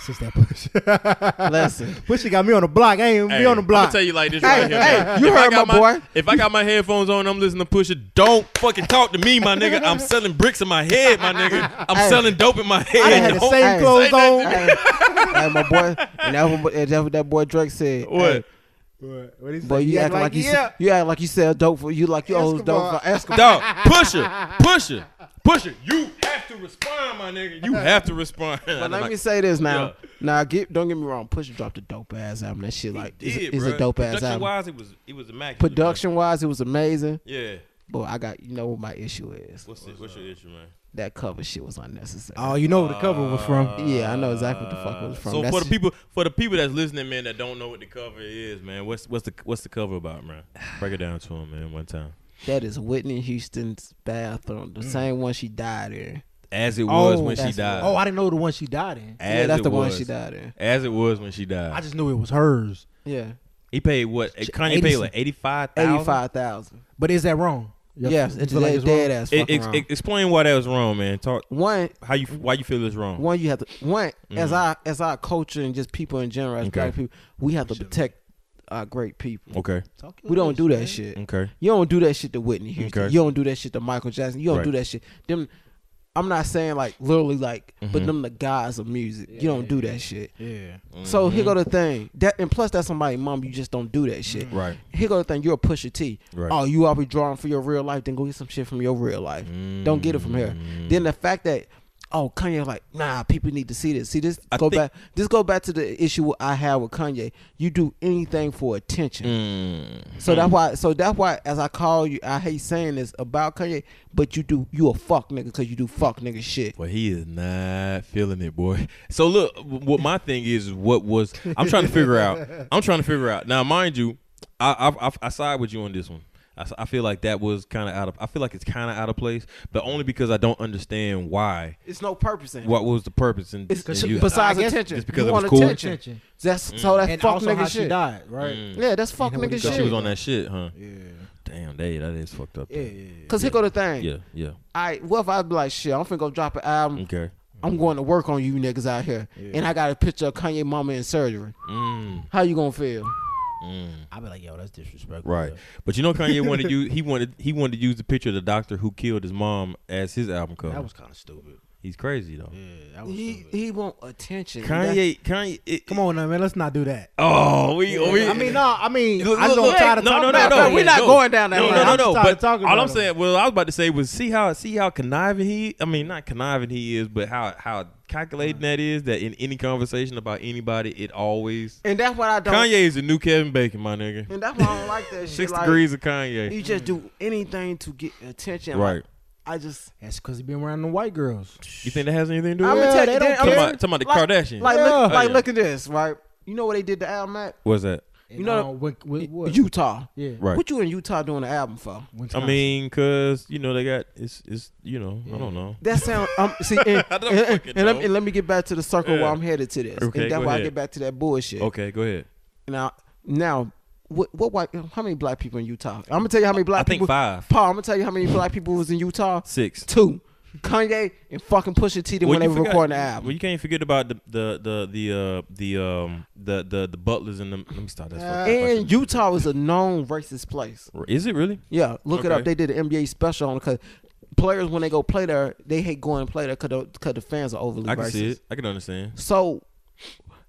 D: since that push.
B: Listen,
D: Pusha got me on the block. I ain't even be on the
A: i
D: block.
A: tell you like this
B: Hey,
A: right here.
B: hey,
A: man.
B: you
A: I
B: heard
A: got
B: my boy.
A: If I got my headphones on, I'm listening to Pusha. Don't fucking talk to me, my nigga. I'm selling bricks in my head, my nigga. I'm
B: Hey.
A: selling dope in my head.
D: I done had the
A: Don't
D: same
A: say
D: clothes
A: that to
D: on.
A: me.
B: hey, hey, my boy, and that's what, that's what that boy Drake said. Hey,
A: What?
D: What? What he say?
B: boy, you
D: He
B: act like, you, se- you act like you sell dope for you like you owe dope
D: Escobar.
B: for Escobar.
A: Dog, Pusha, Pusha, Pusha. You have to respond, my nigga. You have to respond.
B: But
A: Like-
B: let me say this now.
A: Yeah.
B: Now, get don't get me wrong. Pusha dropped a dope ass album. That shit like is
A: did,
B: is a
A: bruh.
B: dope ass
A: Production
B: album.
A: wise, it was it was immaculate. man.
B: Production wise, it was amazing.
A: Yeah.
B: But I got you know what my issue is.
A: What's, it, what's your issue, man?
B: That cover shit was unnecessary.
D: Oh, you know where the cover was from.
B: yeah, I know exactly what the fuck it was from.
A: Uh, So
B: That's
A: for the people for the people that's listening, man, that don't know what the cover is, man, what's what's the what's the cover about, man? Break it down to him, man, one time.
B: That is Whitney Houston's bathroom,
A: Mm.
B: the same one she died in.
A: As it was when she
B: that's-
A: died.
D: Oh, I didn't know the one she died in.
A: As
B: yeah, that's
A: it
B: the one
A: was.
B: she died in.
A: As it was when she
D: I
A: died.
D: just knew it was hers.
B: Yeah,
A: He paid what? Kanye
D: 80
A: paid like eighty five thousand.
B: eighty five thousand.
D: But is that wrong? Y'all
B: Yes,
D: feel-
B: it's
D: feel like
B: dead,
D: it's wrong?
B: dead ass fucking wrong.
A: E, explain why that was wrong, man. Talk
B: one,
A: how you why you feel it's wrong.
B: one you have to one as our as our culture and just people in general, as
A: Mm. Okay.
B: black people, we have to protect our great people.
A: Okay.
B: We don't do that shit.
A: Okay.
B: You don't do that shit to Whitney Houston.
A: Mm. Okay.
B: You don't do that shit to Michael Jackson. You don't
A: Right.
B: do that shit. Them, I'm not saying like literally like, but
A: Mm-hmm.
B: them the gods of music. you don't do that shit.
D: Yeah.
B: So here go
A: Mm-hmm.
B: the thing. That and plus that's somebody mom. You just don't do that shit.
A: Right.
B: Here go the thing. You're a pusher T.
A: Right.
B: Oh, you always drawing for your real life. Then go get some shit from your real life. Don't get it from here.
A: Mm-hmm.
B: Then the fact that oh Kanye like nah people need to see this. See this
A: I
B: go
A: think-
B: back. This go back to the issue I had with Kanye. You do anything for attention.
A: Mm-hmm. Mm.
B: So that's why. So that's why. As I call you, I hate saying this about Kanye, but you do. You a fuck nigga because you do fuck nigga shit.
A: But he is not feeling it, boy. So look, what my thing is, is what was I'm trying to figure out. I'm trying to figure out. Now, mind you, I I, I, I side with you on this one. I, s- I feel like that was kind of out of. I feel like it's kind of out of place, but only because I don't understand why.
B: It's no purpose in. it.
A: What was the purpose? And,
B: It's
A: and you-
B: besides
D: I guess
B: attention.
A: just because
B: you
A: it was
B: want
A: cool. Mm.
B: attention.
D: Attention.
B: That's so that's
D: And
B: fuck
D: also
B: nigga
D: how
B: shit.
D: she died, right?
B: Yeah, that's fuck
D: And what
B: nigga
D: he got.
A: because
B: shit.
A: she was on that shit, huh?
D: Yeah.
A: Damn, they that is fucked up.
D: Yeah.
A: Yeah,
B: Cause here go the thing.
A: yeah, yeah.
B: I what if I be like shit? I'm finna go drop an album.
A: Okay.
B: I'm going to work on you niggas out here, and I got a picture of Kanye mama in surgery.
A: Mm,
B: How you gonna feel?
D: I'd be like, yo, that's disrespectful.
A: right, but you know Kanye wanted to use he wanted he wanted to use the picture of the doctor who killed his mom as his album cover.
D: That was kind of stupid.
A: He's crazy though.
D: Yeah, that was
B: He
D: stupid.
B: he want attention. That-
A: Kanye, Kanye. It,
D: Come on, now, man. Let's not do that.
A: Oh, we. we
D: I mean, no, I mean,
A: Look,
D: I
A: look,
D: don't
A: look.
D: try to
A: no,
D: talk
A: no, no,
D: about
B: it.
A: no,
B: We're not
A: no.
B: going down that
A: no,
B: line.
A: No,
D: I'm
A: no, no.
D: tired
A: But
D: of talking
A: all
D: about
A: I'm
D: it.
A: saying, well, I was about to say was see how see how conniving he. I mean, not conniving he is, but how how calculating that is. That in any conversation about anybody, it always
B: and that's what I don't.
A: Kanye is the new Kevin Bacon, my nigga.
B: And that's why I don't like that shit.
A: Six
B: like,
A: degrees of Kanye.
B: You just do anything to get attention.
A: Right.
B: Like, I just.
D: That's because he been around the white girls.
A: You think that has anything to do
B: I'm
A: with it?
B: gonna
D: Yeah,
B: tell
D: they
B: you.
D: don't
B: then-
A: Talking
D: care.
A: about, talking about the
B: Like,
A: Kardashians.
B: like,
D: Yeah.
B: look, like
A: Yeah.
B: look at this, right? You know where they did the album at?
A: What's that?
B: You know-
D: uh, with, with what?
B: Utah.
D: yeah,
A: Right.
B: What you in Utah doing the album for?
A: I mean, cause you know they got it's it's you know I don't know.
B: That sound um see and,
A: I don't
B: and- and-
A: fucking
B: and let
A: know.
B: me, and let me get back to the circle
A: Yeah.
B: where I'm headed to this.
A: Okay,
B: and that's
A: go
B: why I
A: ahead.
B: get back to that bullshit.
A: Okay, go ahead.
B: Now now what what white how many black people in Utah? I'm gonna tell you how many black
A: I think
B: people
A: five.
B: Paul, I'm gonna tell you how many black people was in Utah.
A: Six.
B: Two. Kanye and fucking Pusha T when they
A: you
B: were
A: forgot-
B: recording the album.
A: Well, you can't forget about the the the the uh, the um the the the butlers and the. Let me stop that. fucking
B: Uh, and Utah is a known racist place.
A: question. is it really?
B: Yeah, look it
A: Okay.
B: up. They did an NBA special on because players when they go play there, they hate going and play there because the fans are overly
A: I can
B: racist.
A: see it. I can understand.
B: So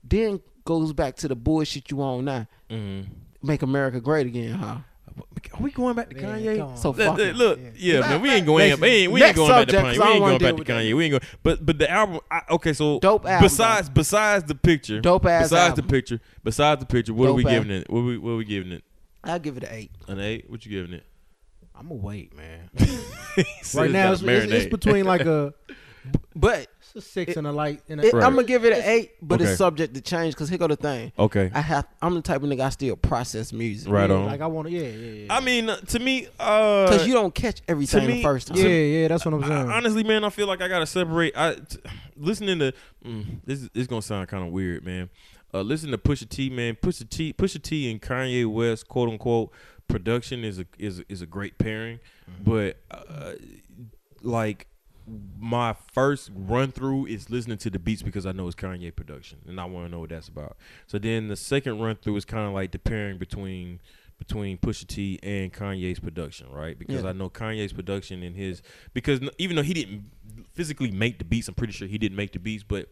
B: then goes back to the bullshit you on now.
A: Mm-hmm.
B: Make America great again, huh? Are we going back to
D: Man,
B: Kanye?
D: come on.
B: so
A: Look,
B: fuck
A: look,
B: it.
A: look, yeah, man, we ain't going.
B: Next-
A: we ain't, we ain't
B: next
A: going
B: subject,
A: back
B: 'cause
A: to Kanye.
B: I don't
A: We ain't
B: wanna
A: going
B: deal
A: back to
B: with
A: Kanye. We ain't going. But but the album. I, okay, so
B: Dope album,
A: Besides besides the picture.
B: Dope ass
A: Besides
B: album.
A: the picture. Besides the picture. What are we
B: Dope
A: giving it? What we what we giving it?
B: I'll give it an eight.
A: An eight? What you giving it?
D: I'm gonna wait, man.
A: Said
D: Right now,
A: gotta
D: it's, it's, it's
A: marinate.
D: between like a,
B: But
D: it's a six and a light. And a,
B: it,
A: Right.
B: I'm gonna give it an eight, but
A: Okay.
B: it's subject to change. Cause here go the thing.
A: Okay.
B: I have. I'm the type of nigga I still process music.
A: Right
D: yeah,
A: on.
D: Like I want to, yeah, yeah, yeah.
A: I mean, uh, to me, uh,
B: Cause you don't catch everything
A: me-
B: the first time.
D: yeah, yeah, that's what I'm saying.
A: I- honestly, man, I feel like I gotta separate. I t- listening to mm, this. is- It's gonna sound kind of weird, man. Uh, listen to Pusha T, man. Pusha T, Pusha T, and Kanye West, quote unquote, production is a is a- is a great pairing,
D: Mm-hmm.
A: but uh, like my first run through is listening to the beats because I know it's Kanye production and I want to know what that's about. So then the second run through is kind of like the pairing between between Pusha T and Kanye's production, right? Because
B: Yeah.
A: I know Kanye's production and his because n- even though he didn't physically make the beats, I'm pretty sure he didn't make the beats, but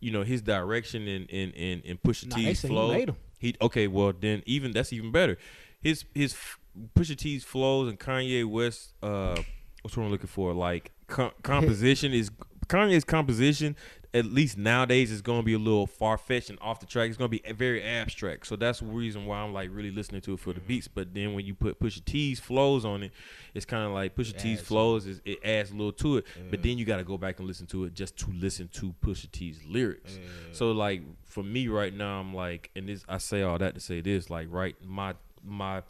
A: you know his direction and and and, and Pusha
D: Nah, they
A: T's
D: say he
A: flow.
D: made 'em.
A: He okay, well then even that's even better. His his f- Pusha T's flows and Kanye West uh what's what I'm looking for like com- composition is Kanye's composition at least nowadays is going to be a little far fetched and off the track. It's going to be very abstract. So that's the reason why I'm like really listening to it for the beats. But then when you put Pusha T's flows on it, it's kind of like Pusha T's flows is it adds a little to it. But then you got to go back and listen to it just to listen to Pusha T's lyrics. So like for me right now, I'm like, and this I say all that to say this, like right my my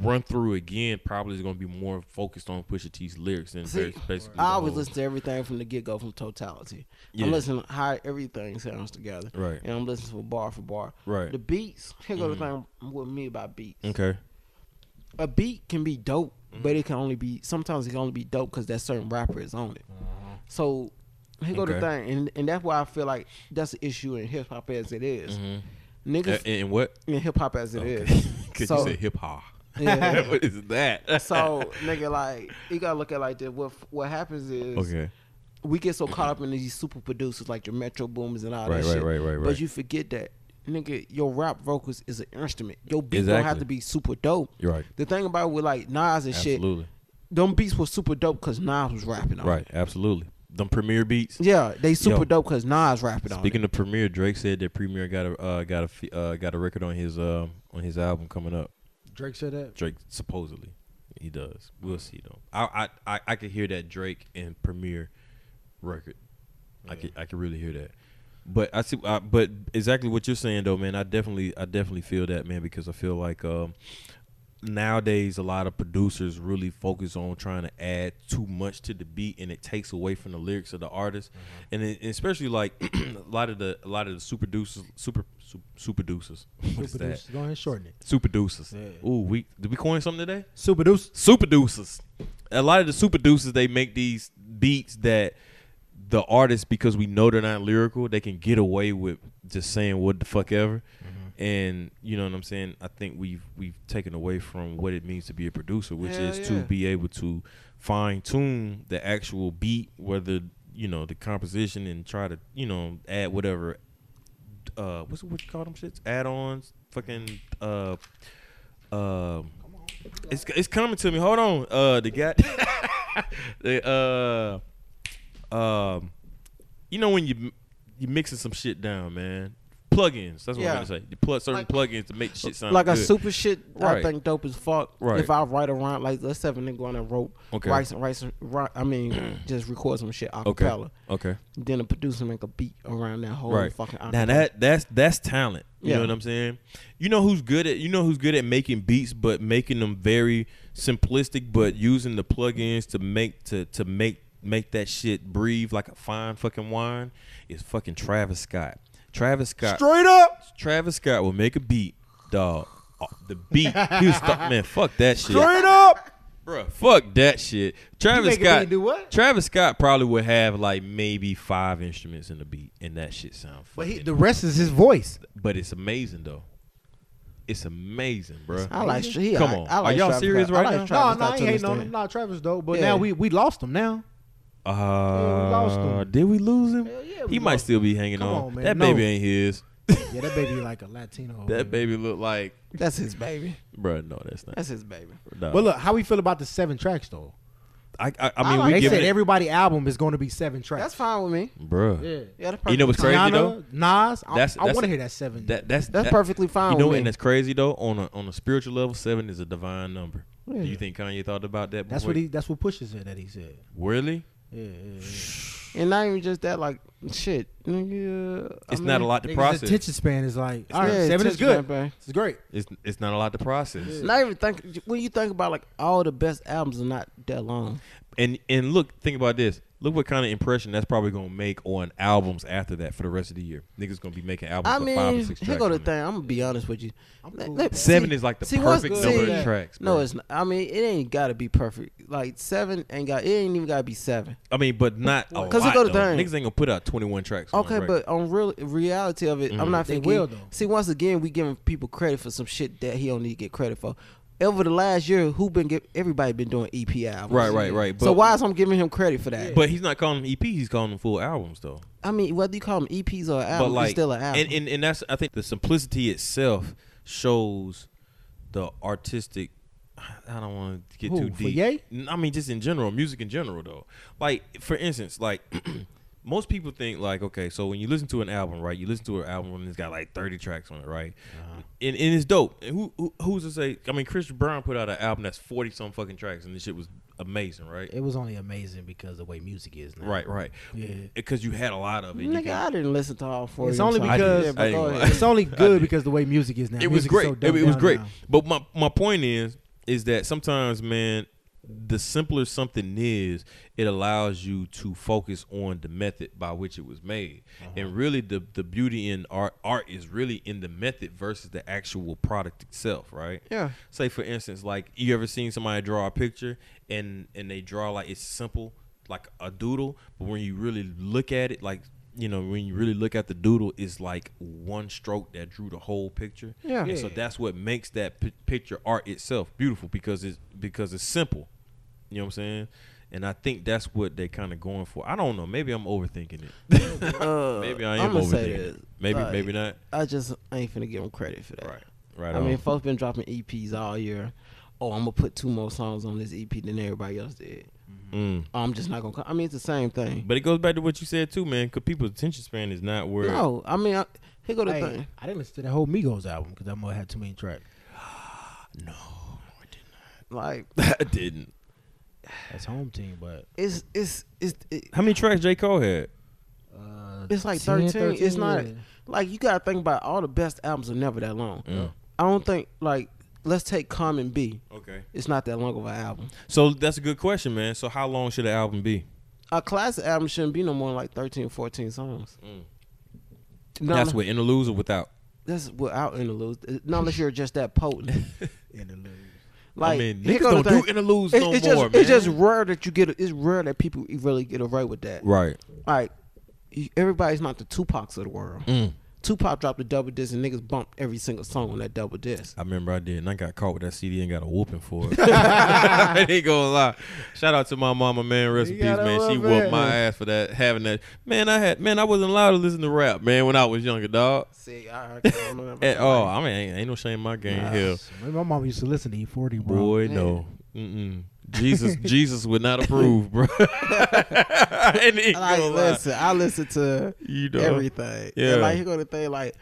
A: run through again probably is going to be more focused on Pusha T's lyrics than
B: See,
A: very basically.
B: I always
A: the whole-
B: listen to everything from the get go, from totality.
A: Yeah.
B: I'm listening to how everything sounds together.
A: Right.
B: And I'm listening for bar for bar.
A: Right.
B: The beats. Here go the thing with me about beats.
A: Okay.
B: A beat can be dope,
A: Mm-hmm.
B: but it can only be sometimes it can only be dope because that certain rapper is on it. So here go the
A: Mm-hmm. Okay.
B: thing, and and that's why I feel like that's an issue in hip hop as it is.
A: Uh,
B: Niggas
A: and what?
B: in hip hop as it is.
A: Because
B: So-
A: you said hip hop.
B: Yeah.
A: what is that?
B: So nigga, like you gotta look at it like this. What what happens is
A: okay.
B: we get so caught up in these super producers like your Metro Boomers and all
A: Right,
B: that
A: right,
B: shit.
A: right, right, right.
B: But you forget that, nigga, your rap vocals is an instrument. Your beats don't have
A: Exactly.
B: to be super dope.
A: You're right.
B: The thing about it with like Nas and shit,
A: Absolutely.
B: them beats were super dope because Nas was rapping on
A: Right.
B: it.
A: Absolutely. Them premiere beats.
B: Yeah, they super
A: Yo.
B: dope because Nas rapping on it.
A: Speaking of premiere, Drake said that premiere got a uh, got a fe- uh, got a record on his um on his album coming up.
D: Drake said that.
A: Drake supposedly he does. We'll see though. I I I, I could hear that Drake and Premier record. I could I could really hear that. But I see. I, but exactly what you're saying though, man. I definitely I definitely feel that man because I feel like um, nowadays a lot of producers really focus on trying to add too much to the beat and it takes away from the lyrics of the artist and, it, especially like a lot of the a lot of the super producers super super, super producers what is
D: Super
A: that
D: Deuce, go ahead and shorten it.
A: super producers ooh we did we coin something today
D: Super Deuce.
A: super deuces. A lot of the super deuces they make these beats that the artists because we know they're not lyrical, they can get away with just saying what the fuck ever.
B: Mm-hmm.
A: And you know what I'm saying? I think we've we've taken away from what it means to be a producer, which
B: Hell
A: is to
B: yeah.
A: be able to fine tune the actual beat, whether you know the composition, and try to you know add whatever uh what's what you call them shits? Add-ons, fucking uh um it's it's coming to me. Hold on. Uh the guy the uh um you know when you you mixing some shit down, man. Plugins. That's what
B: Yeah.
A: I'm gonna say. You plug certain
B: Like-
A: plugins to make shit sound
B: like a
A: good.
B: super shit,
A: Right.
B: I think dope as fuck.
A: Right.
B: If I write around, like let's have a nigga go on and wrote,
A: Okay.
B: write some, write some, write, I mean, just record some shit a
A: Okay.
B: cappella.
A: Okay.
B: Then a producer make a beat around that whole
A: right.
B: fucking. a
A: now
B: cappella.
A: that that's that's talent. You
B: Yeah.
A: know what I'm saying? You know who's good at you know who's good at making beats, but making them very simplistic, but using the plugins to make to to make make that shit breathe like a fine fucking wine is fucking Travis Scott. Travis Scott.
D: Straight up.
A: Travis Scott will make a beat, dog. Oh, The beat, he was stuck, man. Fuck that shit,
D: Straight up.
A: Bruh, Fuck that shit. Travis
D: make a
A: Scott.
D: beat, do what?
A: Travis Scott probably would have like maybe five instruments in the beat, and that shit sound.
D: But he,
A: fucking-
D: the rest is his voice.
A: but it's amazing though. It's amazing, bro.
B: I like. He,
A: Come
B: I-
A: on.
B: I like
A: Are y'all
B: Travis
A: serious
B: Scott. I
A: right
B: like
A: now?
B: Travis
D: no, no, I
B: Scott
D: ain't
B: to
D: hating on
B: this
D: him.
B: day.
D: Nah, Travis dope. But
B: Yeah.
D: now we we lost him now.
A: Uh,
D: lost him.
A: did we lose him?
D: Hell yeah, we
A: he might
D: lost
A: still be hanging
D: Come
A: on.
D: on, man.
A: That
D: No.
A: baby ain't his.
D: Yeah, that baby like a Latino.
A: That baby look like,
B: That's his baby.
A: bruh. No, that's not.
B: That's his baby.
A: nah.
D: But look, how we feel about the seven tracks though?
A: I, I, I mean,
B: I like-
A: we
D: They
A: giving
D: said
A: it,
D: everybody album is going to be seven
B: That's
D: tracks.
B: fine with me.
A: bruh.
D: yeah.
B: Yeah, that's
A: You know what's crazy though?
D: Rihanna, Nas. I,
A: That's-
D: I
A: that's
D: want
A: a-
D: to hear that seven.
A: That that's
B: That's
A: that-
B: perfectly fine
A: You know,
B: with
A: and
B: me.
A: that's crazy though. On a on a spiritual level, seven is a divine number. Do
B: Yeah.
A: you think Kanye thought about that?
D: that's
A: before
D: what he. That's what pushes it. That he said.
A: Really?
D: Yeah, yeah, yeah.
B: And not even just that, like shit. Nigga, I
A: It's not a
B: mean,
A: lot to
D: Niggas'
A: process.
D: attention span is like, all right,
B: yeah,
D: seven is
B: attention
D: good.
B: span, bruh.
D: It's great.
A: It's it's not a lot to process.
B: Not even think when you think about like all the best albums are not that long.
A: And and look, think about this. Look what kind of impression that's probably gonna make on albums after that for the rest of the year. Niggas gonna be making albums
B: I
A: for five or
B: mean,
A: six tracks.
B: here go the
A: from it.
B: thing. I'm gonna be honest with you. Let-
D: cool.
B: let-
A: Seven
B: see-
A: is like the
B: see, what's
A: perfect
B: good-
A: number
D: yeah.
A: of tracks.
B: No,
A: bro.
B: it's. Not, I mean, it ain't gotta be perfect. Like seven ain't got. It ain't even gotta be seven.
A: I mean, but not a lot.
B: 'Cause here go the
A: though.
B: thing.
A: Niggas ain't gonna put out twenty one tracks. on Mm-hmm.
B: Okay,
A: one record.
B: but on real reality of it, I'm not
D: They
B: thinking.
D: will, though.
B: See, once again, we giving people credit for some shit that he don't need to get credit for. Over the last year, who been get, everybody been doing EP albums?
A: Right, right, right,
B: so
A: but-
B: why is I'm giving him credit for that?
A: but he's not calling them EPs. He's calling them full albums though.
B: I mean, whether you call them EPs or
A: but
B: albums,
A: like
B: it's still an album.
A: And, and and that's I think the simplicity itself shows the artistic. I don't want to get
D: Who,
A: too deep.
D: Foye?
A: N- I mean, just in general, music in general though. Like for instance, like most people think like okay, so when you listen to an album, right? You listen to an album and it's got like thirty tracks on it, right?
B: Uh-huh.
A: And, and it's dope. And who, who who's to say? I mean, Chris Brown put out an album that's forty some fucking tracks, and this shit was amazing, right?
D: It was only amazing because of the way music is now.
A: Right, right.
D: Yeah.
A: Because you had a lot of it. You
B: Nigga,
A: can-
B: I didn't listen to all four.
D: It's
B: of
D: only
B: them songs.
D: because-
B: Yeah, but
A: I ain't
B: go
A: gonna
B: ahead.
A: lie.
D: It's only
A: I
D: good
A: did.
D: because the way music is now.
A: it was
D: Music is
A: great.
D: so
A: it,
D: dumbed
A: it was
D: down
A: great.
D: now.
A: But my my point is is that sometimes, man, the simpler something is, it allows you to focus on the method by which it was made.
D: Uh-huh.
A: And really, the the beauty in art art is really in the method versus the actual product itself, right?
B: Yeah.
A: Say for instance, like you ever seen somebody draw a picture and and they draw like it's simple, like a doodle, but when you really look at it, like you know, when you really look at the doodle, it's like one stroke that drew the whole picture.
B: Yeah.
A: And so
D: Yeah.
A: that's what makes that pi picture art itself beautiful because it's because it's simple. You know what I'm saying? And I think that's what they're kind of going for. I don't know. Maybe I'm overthinking it.
B: Uh,
A: maybe I am
B: I'ma
A: overthinking
B: say
A: it.
B: this,
A: Maybe
B: like,
A: maybe not.
B: I just ain't finna give him credit for that.
A: Right. Right.
B: I
A: on.
B: mean, folks been dropping EPs all year. Oh, I'm gonna put two more songs on this EP than everybody else did. Oh,
A: Mm.
B: I'm just not gonna. co- I mean, it's the same thing.
A: But it goes back to what you said too, man. Because people's attention span is not where.
B: No, I mean, I, here go the
D: Hey,
B: thing.
D: I didn't listen to that whole Migos album because that mother had too many tracks.
B: Like
A: I didn't.
D: That's home team, but
B: it's it's it's it,
A: How many tracks J Cole had?
D: uh,
B: it's like
D: 10,
B: 13. It's not
D: yeah.
B: like you gotta think about all the best albums are never that long. I don't think like let's take Common B.
A: Okay.
B: It's not that long of an album.
A: So that's a good question, man. So how long should an album be?
B: A classic album shouldn't be no more than like 13, 14 songs. No,
A: that's with interludes or without.
B: that's without interludes. Not unless you're just that potent.
D: Interlude.
B: Like,
A: I mean,
B: here
A: niggas
B: go the
A: don't do
B: thing.
A: interludes
B: It's-
A: no
B: it's
A: more,
B: just, It's
A: man.
B: just rare that you get. It's rare that people really get away with that.
A: Right.
B: Like, you- everybody's not the Tupacs of the world.
A: Mm.
B: Tupac dropped a double disc and niggas bumped every single song on that double disc.
A: I remember I did, and I got caught with that CD and got a whooping for it. I ain't gonna lie. Shout out to my mama, man. Rest in
D: You
A: peace,
D: got a
A: man. She
D: whooping.
A: whooped my ass for that, having that. Man, I had, man, I wasn't allowed to listen to rap, man, when I was younger, dog.
B: See, I, I don't know
A: At all. I mean, ain't, ain't no shame in my game here.
D: Maybe my mom used to listen to E40, bro.
A: Boy, no. Mm-mm. Jesus, Jesus would not approve, bro. and he
B: Like,
A: gonna lie.
B: listen, I listen to
A: You know.
B: everything.
A: Yeah.
B: And like, here go the thing, like,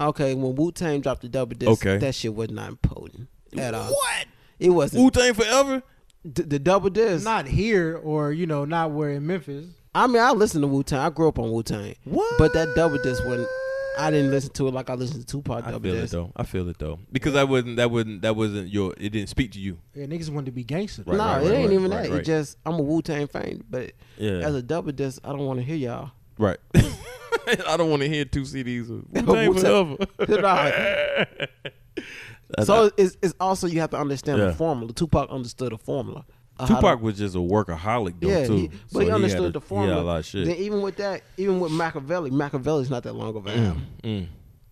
B: okay, when Wu Tang dropped the double disc,
A: Okay.
B: that shit was not potent at all.
A: What?
B: It wasn't.
A: Wu Tang forever?
B: D- the double disc.
D: Not here or, you know, not where in Memphis.
B: I mean, I listened to Wu Tang. I grew up on Wu Tang.
A: What?
B: But that double disc wasn't. I didn't listen to it like I listened to Tupac
A: I
B: double
A: feel it
B: disc.
A: though. I feel it though. Because I wasn't. That wasn't. That wasn't your. It didn't speak to you.
D: Yeah, niggas wanted to be gangsters.
A: Right,
B: no,
A: right,
B: it
A: right,
B: ain't even
A: right,
B: that.
A: right.
B: It just I'm a Wu Tang fan, but
A: Yeah.
B: as a double disc, I don't want to hear y'all.
A: Right. I don't want to hear two CDs of Wu-Tang
B: Wu-Tang.
A: forever.
B: Right. so it's, it's also you have to understand
A: Yeah.
B: the formula. Tupac understood the formula. of how to-
A: Tupac was just a workaholic though
B: yeah,
A: too.
B: he-
A: So
B: but he
A: had
B: understood
A: a-
B: the
A: he had a
B: formula.
A: lot of shit.
B: Then even with that, even with Machiavelli, Machiavelli's not that long of an album.
A: Mm,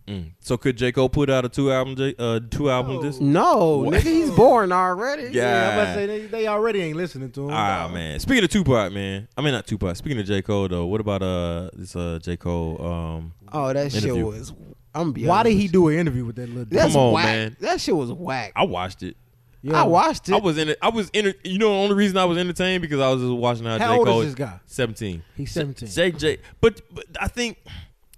A: mm. So could J Cole put out a two album J, uh, two album disc?
B: No,
A: What?
B: nigga, he's boring already.
A: Yeah.
D: Yeah, I'm about to say they, they already ain't listening to him.
A: Ah man. Speaking of Tupac, man. I mean not Tupac. Speaking of J Cole though, what about uh this uh J Cole um
B: Oh, that
A: Interview.
B: shit was I'm gonna be
D: Why did
B: honest
D: he
B: with
D: do an interview with that little?
B: you. That's
D: dude?
A: Come on,
B: whack.
A: man.
B: That shit was whack.
A: I watched it.
D: Yo,
B: I watched it.
A: I was in it. I was in. You know, the only reason I was entertained because I was just watching how,
D: How
A: J.
D: old is
A: Cole
D: this guy?
A: Seventeen.
D: He's 17.
A: JJ, but but I think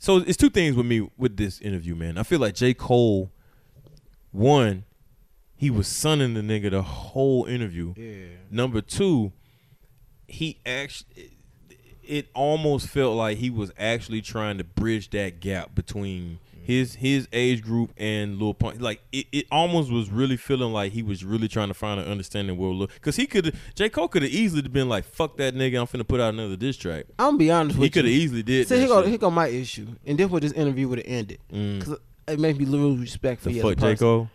A: so. It's two things with me with this interview, man. I feel like J. Cole, one, he was sunning the nigga the whole interview.
D: Yeah.
A: Number two, he actually, it almost felt like he was actually trying to bridge that gap between his his age group and Lil Pump. Like it, it almost was really feeling like he was really trying to find an understanding where Lil, because he could J Cole could have easily been like, "Fuck that nigga, I'm finna put out another diss track."
B: I'm gonna be honest
A: He
B: with you.
A: could have easily did.
B: So
A: that
B: here go,
A: shit.
B: here go my issue, and this what this interview would have ended, because it made me lose respect for
A: the
B: you as a
A: fuck, J
B: person.
A: Cole.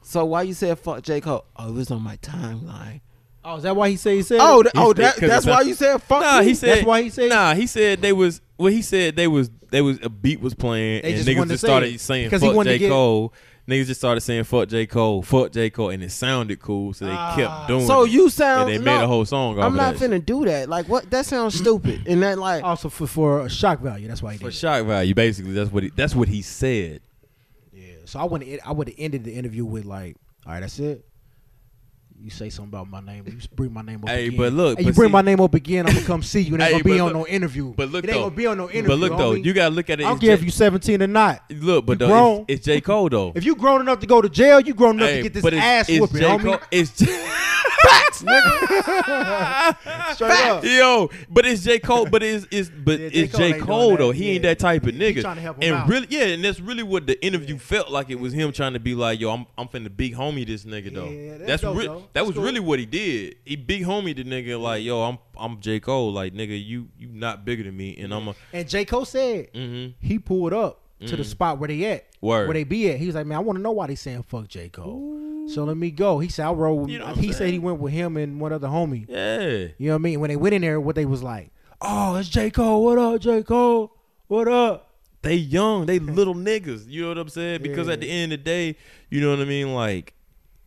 B: So why you said fuck J Cole? Oh, it was on my timeline.
D: Oh, is that why he say he said?
B: Oh, th-
A: He's-
B: oh,
A: he
B: that,
A: could've
B: that's
A: said-
B: why you said fuck.
A: Nah,
B: me?
A: he said.
D: That's why he said-
A: Nah, he said they was. Well, he said they was. They was a beat was playing,
D: They
A: and
D: just
A: niggas
D: wanted to
A: just
D: say
A: started
D: it,
A: saying
D: because he
A: fuck
D: wanted to
A: J
D: get-
A: Cole. Niggas just started saying fuck J Cole, fuck J Cole, and it sounded cool, so they
D: Ah,
A: kept doing.
B: So
A: it.
B: you
A: And
B: sound.
A: they made
B: no,
A: a whole song. off
B: I'm
A: of
B: not
A: that Oh,
B: finna do that. Like what? That sounds stupid. And that like
D: also for for a shock value. That's why he
A: shit. for
D: did. it.
A: shock value. Basically, that's what he, that's what he said.
D: Yeah. So I would I would have ended the interview with like, all right, that's it. You say something about my name. You bring my name up.
A: Hey,
D: again.
A: but look,
D: Hey, you
A: but
D: bring
A: see-
D: my name up again. I'm gonna come see you. It ain't
A: Hey,
D: gonna be
A: but
D: on
A: look-
D: no interview.
A: But look
D: it ain't
A: though,
D: gonna be on no interview.
A: But look though,
D: homie.
A: you gotta look at it.
D: I don't
A: as
D: care if
A: J-
D: you 17 or not.
A: look, but
D: you
A: though,
D: grown.
A: it's, it's J Cole though.
D: If you grown enough to go to jail, you grown enough
A: Hey,
D: to get this
A: but it's-
D: ass
A: it's
D: whooping,
A: J.
D: homie.
A: Cole- It's J-
D: Straight up.
A: Yo, but it's J Cole. But it's it's but
D: Yeah, J.
A: it's J
D: Cole ain't
A: Cole
D: doing
A: though.
D: that.
A: He ain't
D: Yeah.
A: that type of
D: He
A: nigga.
D: tryna help him
A: and
D: out.
A: really, yeah, and that's really what the interview felt like. It was him trying to be like, yo, I'm I'm finna big homie this nigga though.
D: Yeah, that's
A: that's
D: dope,
A: re-
D: though.
A: that
D: That's
A: was
D: cool.
A: really what he did. He big homie the nigga like, yo, I'm I'm J Cole. Like nigga, you you not bigger than me, and I'm a
D: And J. Cole said he pulled up to the spot where they at,
A: Mm. Word.
D: where they be at. He was like, man, I want to know why they saying fuck J. Cole. So let me go. He said, I rode with
A: You know what I'm
D: He said
A: saying?
D: he went with him and one other homie.
A: yeah.
D: You know what I mean? When they went in there, what they was like, oh, it's J. Cole. What up, J. Cole? What up?
A: They young, they little niggas. You know what I'm saying? Because at the end of the day, you know what I mean. Like,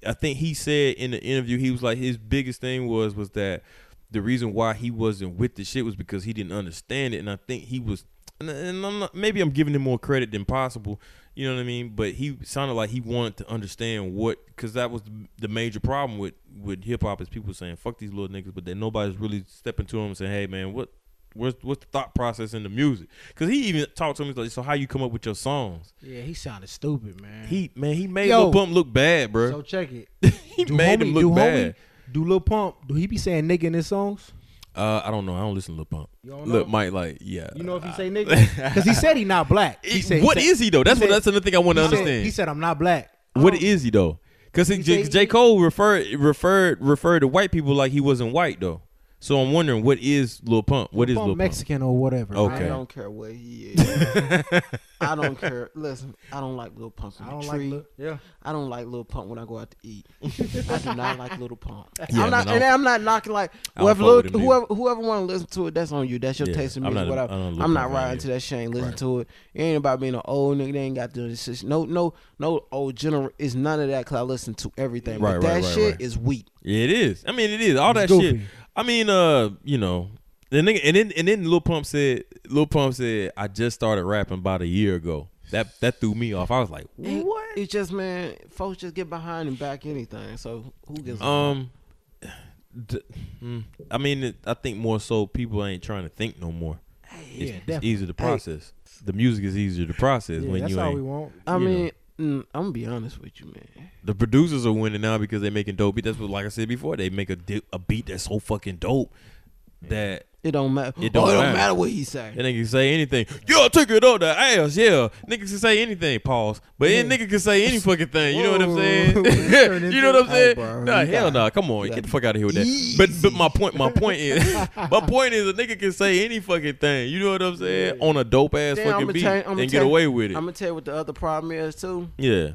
A: I think he said in the interview, he was like his biggest thing was was that the reason why he wasn't with the shit was because he didn't understand it, and I think he was. And, and I'm not, maybe I'm giving him more credit than possible. You know what I mean? But he sounded like he wanted to understand what, because that was the major problem with with hip hop is people saying fuck these little niggas, but then nobody's really stepping to him and saying, hey man, what Where's what's the thought process in the music? Cause he even talked to me like, so how you come up with your songs?
D: Yeah, he sounded stupid, man.
A: He man, he made
D: Mm. Yo.
A: Lil Pump look bad, bro.
D: so check it.
A: he made him look
D: do
A: bad.
D: Homie, do Lil Pump, do he be saying nigga in his songs?
A: Uh, I don't know. I don't listen to Lil Pump.
D: You don't
A: Look,
D: know?
A: Mike, like yeah.
D: You know if he say nigga? Because he said he not black. He
A: It-
D: said,
A: what
D: he
A: is he though? That's what.
D: said-
A: That's another thing I want to
D: said-
A: understand.
D: he said, I'm not black.
A: what is he though? Because
D: He
A: J,
D: said
A: J
D: he-
A: Cole referred referred referred to white people like he wasn't white though. So I'm wondering what is Lil Pump? What is
D: Pump
A: Lil Pump?
D: Mexican or whatever.
A: Okay.
D: right?
B: I don't care what he is. I don't care. Listen, I don't like Lil Pump in
D: I
B: the
D: don't like
B: tree.
D: Lil- yeah.
B: I don't like Lil Pump when I go out to eat. I do not like Lil Pump.
A: Yeah,
B: I'm not,
A: man, I
B: and
A: don't-
B: I'm not knocking like
A: I don't
B: whoever
A: fuck with
B: Lil,
A: him either.
B: whoever whoever want to listen to it. That's on you. That's your
A: Yeah,
B: taste in
A: I'm
B: music.
A: not a-
B: whatever.
A: I'm not a Lil
B: I'm not,
A: Pump fan
B: riding to
A: either.
B: that shit. I ain't Listen
A: Right.
B: to it. It ain't about being an old nigga. They ain't got to do this. shit. No, no, no old general. It's none of that. Cause I listen to everything.
A: Right,
B: but
A: right,
B: that
A: right,
B: shit
A: right.
B: is weak.
A: Yeah, it is. I mean, it is all
D: It's
A: that shit.
D: goofy.
A: I mean, uh, you know, the nigga, and then and then Lil Pump said, Lil Pump said, I just started rapping about a year ago. That that threw me off. I was like,
B: It-
A: what?
B: It's just man, folks just get behind and back anything. So who gives? a
A: Um, d- mm, I mean, it, I think more so people ain't trying to think no more.
D: Yeah,
A: It's, it's
D: definitely.
A: easier to process. The music is easier to process
D: Yeah,
A: when
D: that's
A: you
D: all we
A: ain't.
D: want.
B: I
A: you know.
B: mean, mm, I'm gonna be honest with you, man.
A: The producers are winning now because they making dope beats. That's what, like I said before, they make a di- a beat that's so fucking dope that
B: It don't matter.
A: It don't
B: oh, it
A: matter.
B: don't matter what he say.
A: That nigga can say anything. Yo, I took it up the ass. Yeah, niggas can say anything. Pause. But any nigga can say any fucking thing. You know what I'm
D: Whoa.
A: saying? you know what I'm saying?
B: Hey, bro,
A: nah,
B: you
A: hell
B: got-
A: nah. Come on,
B: you
A: get the
B: got
A: fuck out of here with that. But but my point my point is my point is a nigga can say any fucking thing. You know what I'm saying? On a dope ass
B: Then
A: fucking
B: I'ma
A: beat
B: tell you- I'ma
A: and get
B: tell you-
A: away with it.
B: I'm gonna tell you what the other problem is too,
A: yeah.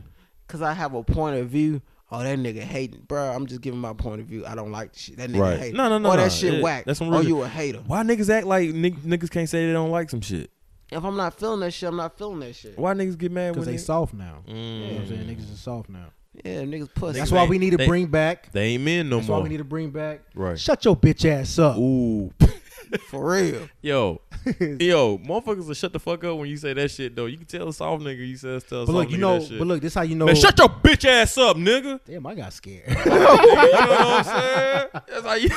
B: cause I have a point of view. Oh, that nigga hating, bro. I'm just giving my point of view. I don't like the shit. That nigga
A: Right.
B: hating.
A: No, no, no,
B: Oh,
A: no.
B: that shit
A: Yeah,
B: whack.
A: that's
B: That's
A: some
B: oh,
A: reason-
B: you a hater.
A: Why niggas act like nig- niggas can't say they don't like some shit?
B: If I'm not feeling that shit, I'm not feeling that shit.
A: Why niggas get mad when
D: Because they
A: they
D: soft now. You know what
A: Mm.
D: I'm saying? Niggas are soft now.
B: Yeah, niggas pussy.
D: That's
A: Niggas
D: why
A: ain't-
D: we need to
A: they-
D: bring back.
A: They ain't men no
D: That's
A: more.
D: why we need to bring back.
A: Right.
D: Shut your bitch ass up.
A: Ooh.
B: For real.
A: Yo, yo, motherfuckers will shut the fuck up when you say that shit though. You can tell a soft nigga you said stuff.
D: But look, you know,
A: that shit.
D: but look, this how you know.
A: man, shut your bitch ass up, nigga.
D: Damn, I got scared.
A: you know what I'm saying? That's how you.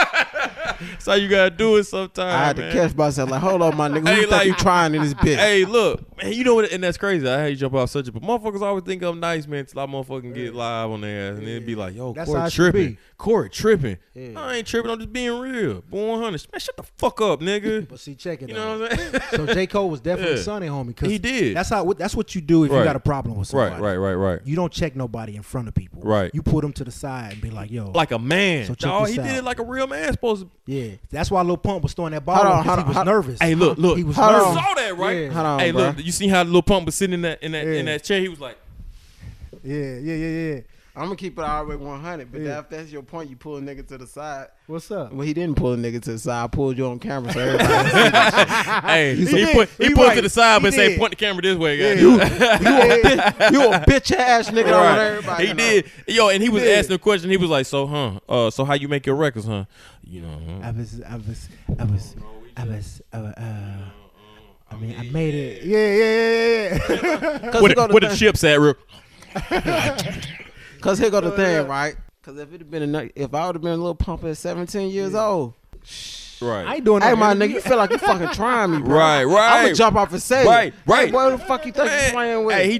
A: That's how you gotta do it sometimes.
B: I had
A: man.
B: to catch myself like, hold on, my nigga, who
A: Hey,
B: you think you
A: like-
B: trying in this bitch?
A: Hey, look, man, you know what? And that's crazy. I hate you jump off such a, but motherfuckers always think I'm nice, man. Till I motherfucking get live on their ass, and they'd be like, "Yo,
D: That's how
A: Corey
D: it should
A: tripping,
D: be.
A: Corey tripping."
D: Yeah.
A: I ain't tripping. I'm just being real. Born 100. Man, shut the fuck up, nigga.
D: But see, check it.
A: you know
D: out.
A: what I'm saying?
D: So J. Cole was definitely
A: Yeah.
D: sunny, homie. 'cause
A: He did.
D: That's how. That's what you do if
A: Right.
D: you got a problem with somebody.
A: right, right, right, right.
D: You don't check nobody in front of people.
A: Right.
D: You put them to the side and be like, yo.
A: Like a man,
D: So check
A: dog.
D: this
A: He did
D: out.
A: it like a real man supposed to.
D: yeah. That's why Lil Pump was throwing that ball
B: Hold on,
D: because
B: hold
D: he
B: on,
D: was
B: hold-
D: nervous.
A: Hey, look, look.
D: He was
B: Hold
D: nervous.
B: on.
A: Saw that right?
D: Yeah.
B: Hold on,
A: hey,
B: bro.
A: look, you seen how Lil Pump was sitting in that in that in
D: Yeah.
A: that chair? He was like,
D: Yeah, yeah, yeah, yeah.
B: I'm gonna keep it all the way 100, but
D: Yeah.
B: if that's your point, you pull a nigga to the side.
D: What's up?
B: Well, he didn't pull a nigga to the side. I pulled you on camera, so everybody.
A: "Hey, he,
D: did.
A: put he,
D: He
A: pulled to
D: right.
A: the side,
D: He
A: but say
D: did.
A: point the camera this way, guys."
B: you, you, a bitch, you a bitch ass nigga. I want
A: Right.
B: everybody.
A: He
B: to know.
A: did. Yo, and he was
B: Yeah.
A: asking a question. He was like, "So, huh? Uh, so how you make your records, huh? You know, huh?
D: I was, I was, I was, I was, I was, uh, I mean, I made it. Yeah, yeah, yeah, yeah, yeah.
B: 'Cause
A: what
B: here go
A: the,
B: the
A: what the
B: thing-
A: chips at, real?
B: Cause here go the thing,
D: yeah.
B: right? Cause if it had been a, nut- if I would have been a little pump at 17 years old,
D: I
A: Right,
D: ain't doing that.
B: hey my nigga, you feel like you fucking trying me, bro.
A: right,
B: I'm
A: right,
B: gonna jump off and say, it.
A: Right, right.
B: Hey, what the fuck you think you
A: Man,
B: playing with?
A: Hey, he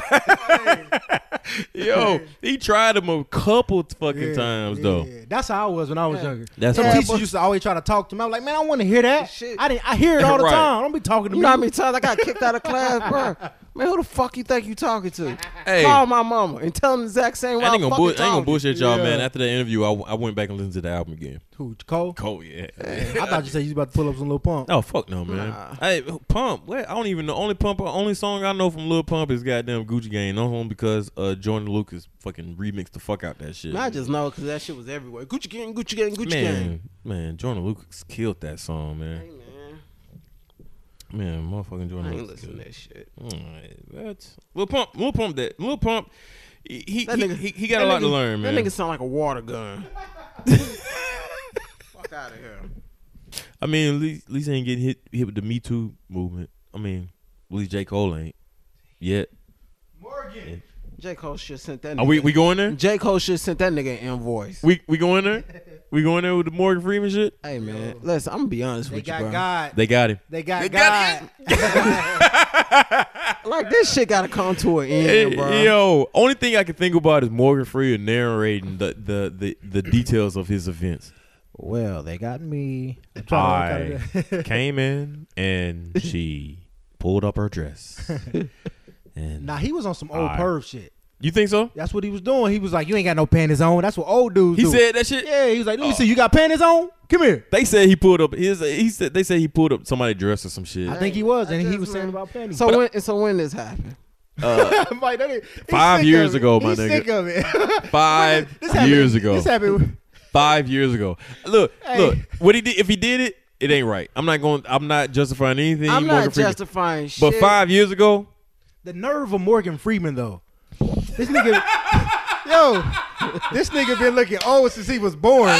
A: tr- Yo, he tried him a couple fucking times though.
D: Yeah. That's how I was when I was younger.
A: That's
D: the
A: right.
D: teachers used to always try to talk to me. I'm like, man, I want to hear that.
B: Shit.
D: I didn't. I hear it all the
A: Right.
D: time. Don't be talking to
B: you
D: me.
B: know how many times I got kicked out of class, bro? Man, who the fuck you think you talking to?
A: Hey.
B: Call my mama and tell them the exact same way
A: I
B: I
A: ain't gonna, bull- I
B: fucking
A: ain't gonna
B: talking.
A: bullshit y'all,
D: Yeah.
A: man. After that interview, I, I went back and listened to the album again.
D: Who, Cole?
A: Cold, yeah.
D: I thought you said you was about to pull up some little pump.
A: Oh fuck no, man. Hey, Pump. What? I don't even know. Only Pump. Only song I know from Lil Pump is goddamn Gucci Gang. No home because uh, Jordan Lucas fucking remixed the fuck out that shit.
B: Man, I just know because that shit was everywhere. Gucci gang, Gucci gang, Gucci gang.
A: man, man. Jordan Lucas killed that song, man.
B: Hey, man.
A: Man, motherfucking
B: I
A: Jordan
B: ain't
A: Lucas.
B: listen to
A: killed it.
B: that shit.
A: Alright, What? Lil Pump. Lil Pump. That Lil Pump. He he,
B: That
A: he-
B: nigga-
A: he, he got
B: that
A: a lot
B: nigga-
A: to learn, man.
B: That nigga sound like a water gun. fuck out of here.
A: I mean, at least, at least he ain't getting hit hit with the Me Too movement. I mean, at least J Cole ain't yet.
B: J Cole should sent that. Nigga.
A: Are we we going there?
B: J Cole should sent that nigga an invoice.
A: We we going there? We going there with the Morgan Freeman shit?
B: Hey man, listen, I'm gonna be honest
D: They
B: with you,
D: got
B: bro.
D: God.
A: They got him.
D: They got
A: They got
D: God.
B: Like this shit gotta come to an end, bro.
A: Yo, only thing I can think about is Morgan Freeman narrating the the the, the details of his events.
D: Well, they got me. I'm
A: I
D: trying to work out of that.
A: came in and she pulled up her dress. And
D: Nah, he was on some old
A: I-
D: perv shit.
A: you think so?
D: That's what he was doing. He was like, "You ain't got no panties on." That's what old dudes
A: He
D: do.
A: said Oh. that shit.
D: "Yeah." He was like, "Let me see. You got panties on? Come here."
A: They said he pulled up his. He said they said he pulled up somebody's dress or some shit.
D: I think he was,
B: I
D: and he
B: just
D: was saying
B: learned-
D: about panties.
B: So when and so when this happened?
D: I'm like, that ain't- he's
A: Five
D: sick
A: years
D: of it.
A: ago, my
D: He's
A: nigga.
D: Sick of it.
A: Five
D: This happened-
A: years ago.
D: This happened.
A: five years ago. Look,
D: Hey.
A: look, what he did if he did it, it ain't right. I'm not going. I'm not justifying anything.
B: I'm
A: Morgan
B: not
A: Freeman.
B: justifying
A: But
B: shit.
A: five years ago,
D: The nerve of Morgan Freeman, though. This nigga, yo, this nigga been looking old since he was born.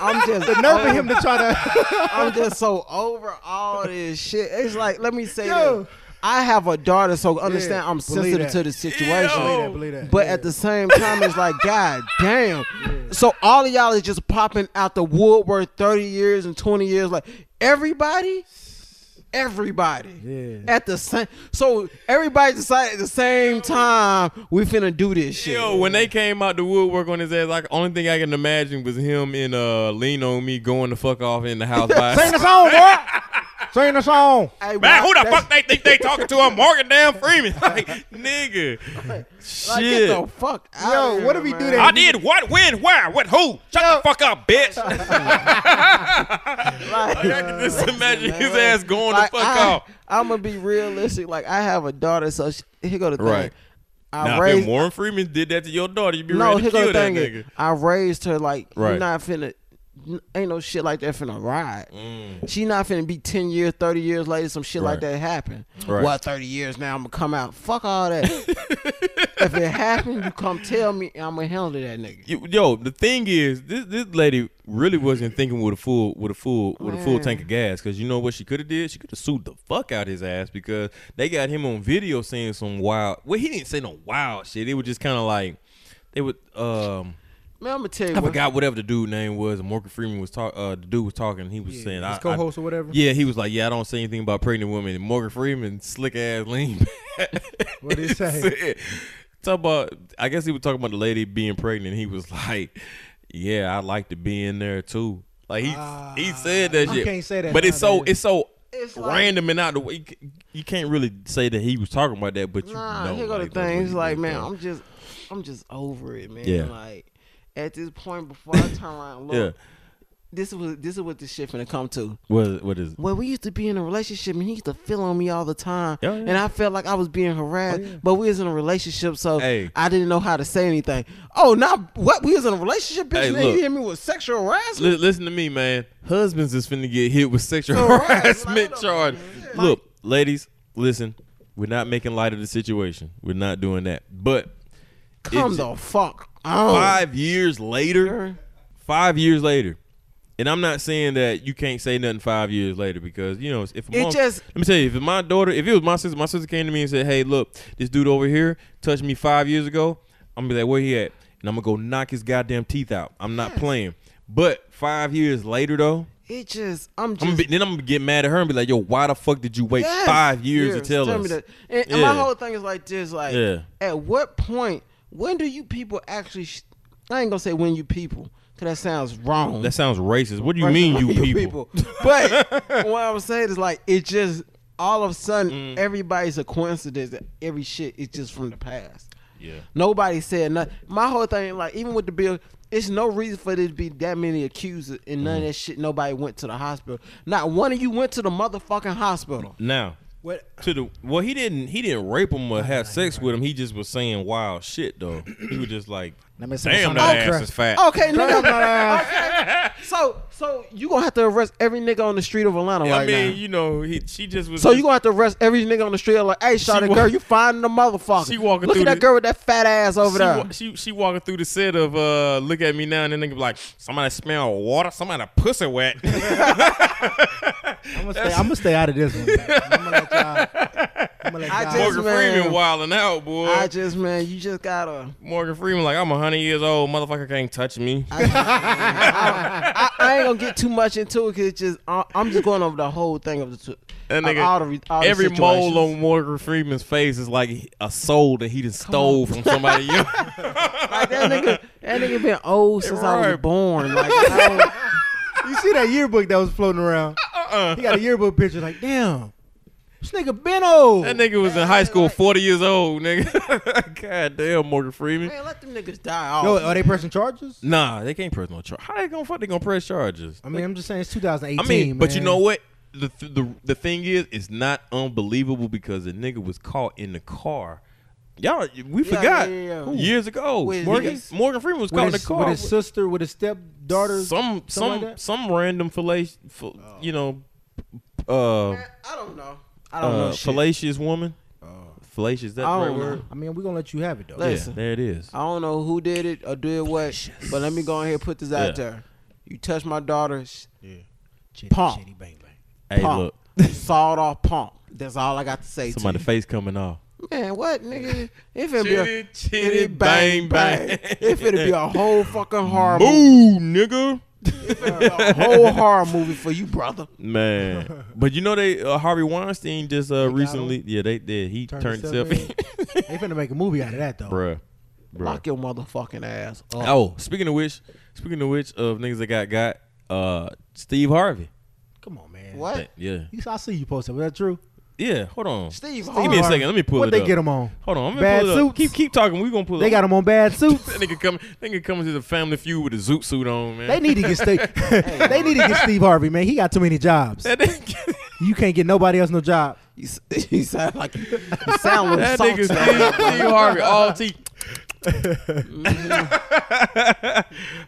B: I'm just
D: The nerve of him to try to.
B: I'm just so over all this shit. It's like let me say
D: Yo.
B: this. I have a daughter, so understand I'm
D: believe
B: sensitive
D: that.
B: to the situation.
A: Yo.
D: Believe that, believe that.
B: But
D: Yeah.
B: at the same time, it's like, God damn. So all of y'all is just popping out the woodwork 30 years and 20 years. Like, everybody? Everybody.
D: Yeah.
B: At the same so everybody decided at the same time we finna do this shit.
A: yo, when they came out the woodwork on his ass, like only thing I can imagine was him in uh lean on me going the fuck off in the house by.
D: Sing the song, boy. Sing the song.
B: Hey,
A: Man, who the
B: that's-
A: fuck they think they talking to? I'm Morgan damn Freeman, like nigga.
B: like, get
A: Shit.
B: the fuck out
D: Yo,
B: of here,
D: what if we do
B: man.
D: that?
A: I did what, when, where, with who? Shut the fuck up, bitch.
B: Like-
A: I can just imagine his ass going
B: like,
A: the fuck
B: I,
A: off.
B: I'm gonna be realistic. Like I have a daughter, so she, here go the thing.
A: Right.
B: I
A: Now, if
B: raised
A: Morgan Freeman did that to your daughter, you'd be ready
B: no.
A: to
B: Here go
A: kill
B: the
A: that
B: thing.
A: nigga.
B: is, I raised her like
A: Right.
B: you're not finna. n- ain't no shit like that finna ride. She not finna be ten years, thirty years later, some shit like
A: Mm. Right.
B: that happen.
A: Right.
B: Well, thirty years now, I'm gonna come out. Fuck all that. if it happened, you come tell me, and I'm gonna handle that nigga.
A: You- Yo, the thing is, this this lady really wasn't thinking with a full with a full with a full tank of gas. Cause you know what she could have did? She could have sued the fuck out his ass because they got him on video saying some wild. Well, he didn't say no wild shit. It was just kind of like they would. Um,
B: Man, I'm gonna tell you.
A: I
B: what-
A: forgot whatever the dude name was. And Morgan Freeman was talking. Uh, the dude was talking. He was saying
E: his
A: I- I-
E: co-host or whatever.
A: Yeah, he was like, yeah, I don't say anything about pregnant women. And Morgan Freeman, slick ass lean.
E: What did he say?
A: said- Talk about. I guess he was talking about the lady being pregnant. He was like, "Yeah, I like to be in there too." Like he he said that
E: Ah, I
A: shit.
E: can't say that
A: But it's so
E: nowadays.
A: it's so
B: It's like-
A: random and out the way. You c- You can't really say that he was talking about that, but you
B: Nah,
A: know.
B: here go
A: like,
B: the
A: that's what
B: thing. It's
A: he
B: like,
A: was
B: man,
A: doing.
B: I'm just, I'm just over it, man.
A: Yeah.
B: Like at this point, before I turn around, and
A: yeah.
B: look, this is what this is what this shit finna come to.
A: What what is?
B: Well, we used to be in a relationship, and he used to feel on me all the time,
A: Yeah, yeah.
B: and I felt like I was being harassed. But we was in a relationship, so
A: Hey.
B: I didn't know how to say anything. Oh, now what? We was in a relationship, bitch.
A: Hey,
B: and then
A: look.
B: you hit me with sexual harassment.
A: Li- listen to me, man. Husbands is finna get hit with sexual
B: Correct.
A: harassment
B: Like,
A: charge. Look, ladies, listen. We're not making light of the situation. We're not doing that. But
B: Come
A: it's-
B: the fuck on.
A: five years later, five years later, and I'm not saying that you can't say nothing five years later because you know if
B: It
A: mom-
B: just-
A: let me tell you if my daughter if it was my sister my sister came to me and said hey look this dude over here touched me five years ago I'm gonna be like where he at and I'm gonna go knock his goddamn teeth out I'm not playing but five years later though
B: It just, I'm
A: I'm
B: just.
A: gonna be, then I'm gonna get mad at her and be like yo why the fuck did you wait
B: Yes.
A: five years
B: Yes,
A: to tell,
B: me
A: us
B: that. And, and my
A: Yeah.
B: whole thing is like this: like,
A: Yeah.
B: at what point? When do you people actually? Sh- I ain't gonna say when you people, cause that sounds wrong.
A: that sounds racist what do you mean you people,
B: But what I'm saying is like it just all of a sudden
A: Mm.
B: everybody's a coincidence that every shit is just from the past.
A: yeah
B: Nobody said nothing. My whole thing, like even with the bill, it's no reason for there to be that many accused and
A: Mm.
B: none of that shit. Nobody went to the hospital. Not one of you went to the motherfucking hospital.
A: now
E: What?
A: to the well he didn't he didn't rape him or have sex with him he just was saying wild shit though he was just like
D: Let me say
A: damn
D: something
A: that
D: else.
A: ass is fat
B: Okay, nigga. okay. So, so you gonna have to arrest every nigga on the street of Atlanta
A: I
B: right
A: mean
B: now.
A: you know he she just was
B: So
A: just-
B: you gonna have to arrest every nigga on the street like, hey, shawty
A: wa-
B: girl, you finding the motherfucker?
A: She walking
B: Look
A: through
B: at that
A: the-
B: girl with that fat ass over
A: she,
B: there.
A: wa- she she walking through the set of uh look at me now and then nigga be like somebody smell water somebody pussy wet
D: I'm gonna stay. I'm gonna stay out of this one. I'm gonna let y'all. I'm gonna
B: I
D: let y'all.
B: just-
A: Morgan
B: man.
A: Freeman wilding out boy
B: I just, man, you just gotta.
A: Morgan Freeman like I'm a hundred years old motherfucker can't touch me
B: I, I ain't gonna get too much into it because it's just I, I'm just going over the whole thing of the. T-
A: That
B: of
A: nigga,
B: all the re- all the
A: every
B: situations.
A: mole on Morgan Freeman's face is like a soul that he just stole from somebody else.
B: Like that nigga, that nigga been old since I was
A: Right.
B: born. Like I don't-
D: You see that yearbook that was floating around?
A: Uh-uh.
D: He got a yearbook picture. Like, damn, this nigga been old.
A: That nigga was in high school, forty years old, nigga. God damn, Morgan Freeman.
B: man, let them niggas die off.
D: Yo, are they pressing charges?
A: Nah, they can't press no charge. How they gonna fuck? They gonna press charges?
D: I mean, I'm just saying it's 2018.
A: I mean, but you
D: man.
A: know what? The, th- the the thing is, it's not unbelievable because the nigga was caught in the car. Y'all, we
B: Yeah,
A: forgot
B: yeah, yeah. Who?
A: years ago.
B: With
A: Morgan,
B: his-
A: Morgan Freeman was caught
D: With
A: in the
D: his,
A: car
D: with his sister, with his stepdaughter,
A: some some
D: something like that?
A: some random fallacious, you know, uh,
B: Man, I don't know. I don't
A: uh
B: know. Shit.
A: fallacious woman. Fallacious, is that the
B: I
A: right
B: don't know.
A: word?
D: I mean, we're gonna let you have it though.
B: Let-
A: Yeah,
B: Listen.
A: there it is.
B: I don't know who did it or did what, but let me go ahead and put this out
A: Yeah.
B: there. You touch my daughter's
D: Chitty,
B: Pump.
D: chitty, bang, bang.
A: Hey,
B: pump,
A: look,
B: sawed off pump. That's all I got to say. To
A: somebody's face coming off.
B: you. Man, what nigga? If it be a
A: Chitty, chitty, bang, bang.
B: if it be a whole fucking horror movie,
A: Ooh, nigga.
B: a whole horror movie for you, brother.
A: Man, but you know they uh, Harvey Weinstein just uh, recently, yeah, they did. He
D: Turned
A: turned,
D: himself
A: himself, in,
D: They finna make a movie out of that though.
A: bruh, bruh.
B: Lock your motherfucking ass up.
A: Oh, speaking of which, speaking of which, of niggas that got got, uh, Steve Harvey.
D: Come on, man.
B: What?
A: Yeah,
D: You- I see you posted. Was that true?
A: yeah. Hold on,
B: Steve
A: Give me a
B: Harvey.
A: second. Let me pull
D: What
A: it
D: they
A: up.
D: get him on?
A: Hold on, I'm gonna
D: Bad
A: pull it up.
D: suits.
A: Keep keep talking. We gonna pull it.
D: They
A: up.
D: got him on bad suits.
A: that nigga come. Nigga coming to the family feud with a zoot suit on, man.
D: they need to get Steve. they need to get Steve Harvey, man. He got too many jobs.
A: that nigga,
D: You can't get nobody else no job.
B: You, s- you sound like you sound a little
A: that nigga
B: salty.
A: Steve, Steve Harvey, all teeth.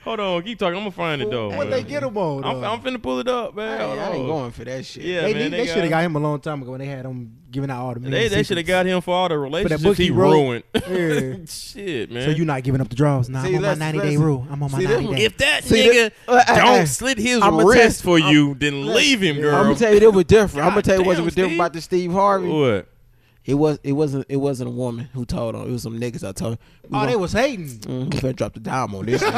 A: Hold on, keep talking. I'm gonna find it though.
D: Mm-hmm. What they get him on?
A: I'm,
D: though?
A: I'm finna pull it up, man.
B: I ain't, I
A: Hold
B: ain't
A: on.
B: going for that shit.
A: Yeah,
D: they
A: man.
D: need-
A: They,
D: they should have got him a long time ago when they had him giving out all the
A: They,
D: million
A: they should have got him for all the relationships
D: book
A: he
D: he wrote.
A: ruined.
D: Yeah.
A: Shit, man.
D: So you're not giving up the draws. Nah,
B: See,
D: I'm on my
B: let's-
D: 90 day
B: let's-
D: rule. I'm on my
B: see, this
D: 90 day.
A: if that
B: See,
A: nigga
B: that- uh, uh,
A: don't
B: uh,
A: slit his
B: I'ma
A: wrist
B: test-
A: for you, then leave him,
B: I'm
A: girl.
B: gonna tell you it was different. I'm gonna tell you what
A: Goddamn,
B: was different
A: Steve.
B: about the Steve Harvey.
A: What?
B: It was it wasn't it wasn't a woman who told on. It was some niggas I told. We
D: Oh,
B: gon-
D: they was hating.
B: Mm, we finna drop the dime on this. one.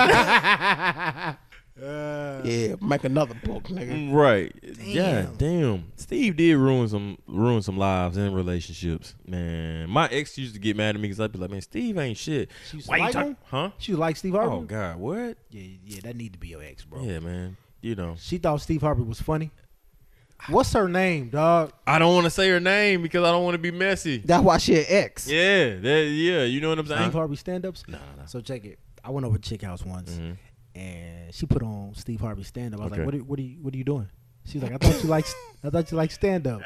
B: yeah, make another book,
A: Mm.
B: nigga.
A: Right. Yeah. Damn. Steve did ruin some ruin some lives and relationships. Man, my ex used to get mad at me because I'd be like, "Man, Steve ain't shit."
D: She used to
A: Why you
D: like "Hmm."
A: talk-
D: him?
A: Huh?
D: She was like Steve
A: Oh
D: Harvey.
A: God, what?
D: yeah, yeah, that need to be your ex, bro.
A: Yeah, man. You know,
D: She thought Steve Harvey was funny. What's her name, dog?
A: I don't want to say her name because I don't want to be messy.
B: That's why she an ex.
A: Yeah, that, yeah. You know what I'm saying?
D: Steve Harvey stand ups? Nah, nah. So check it. I went over to Chick House once
A: Mm-hmm.
D: and she put on Steve Harvey stand up. I was
A: Okay.
D: like, what are, what, are you, what are you doing? She's like, I thought you liked I thought you liked stand up.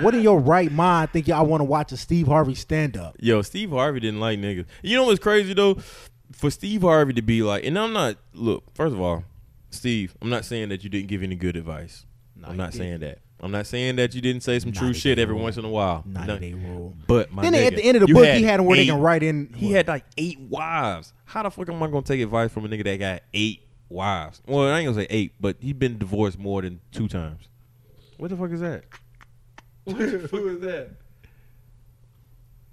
D: What in your right mind think y'all want to watch a Steve Harvey stand up?
A: Yo, Steve Harvey didn't like niggas. You know what's crazy though? For Steve Harvey to be like, and I'm not. Look, first of all, Steve, I'm not saying that you didn't give any good advice. I'm
D: he
A: not
D: did.
A: saying that. I'm not saying that you didn't say some
D: Nah,
A: true
D: he
A: shit
D: did.
A: every once in a while.
D: 90
A: No.
D: day rule.
A: But my
D: Then
A: nigga,
D: at the end of the
A: you
D: book, he had where they can
A: eight-
D: write in-
A: He had like eight wives. How the fuck am I gonna take advice from a nigga that got eight wives? Well, I ain't gonna say eight, but he been divorced more than two times. What the fuck is that?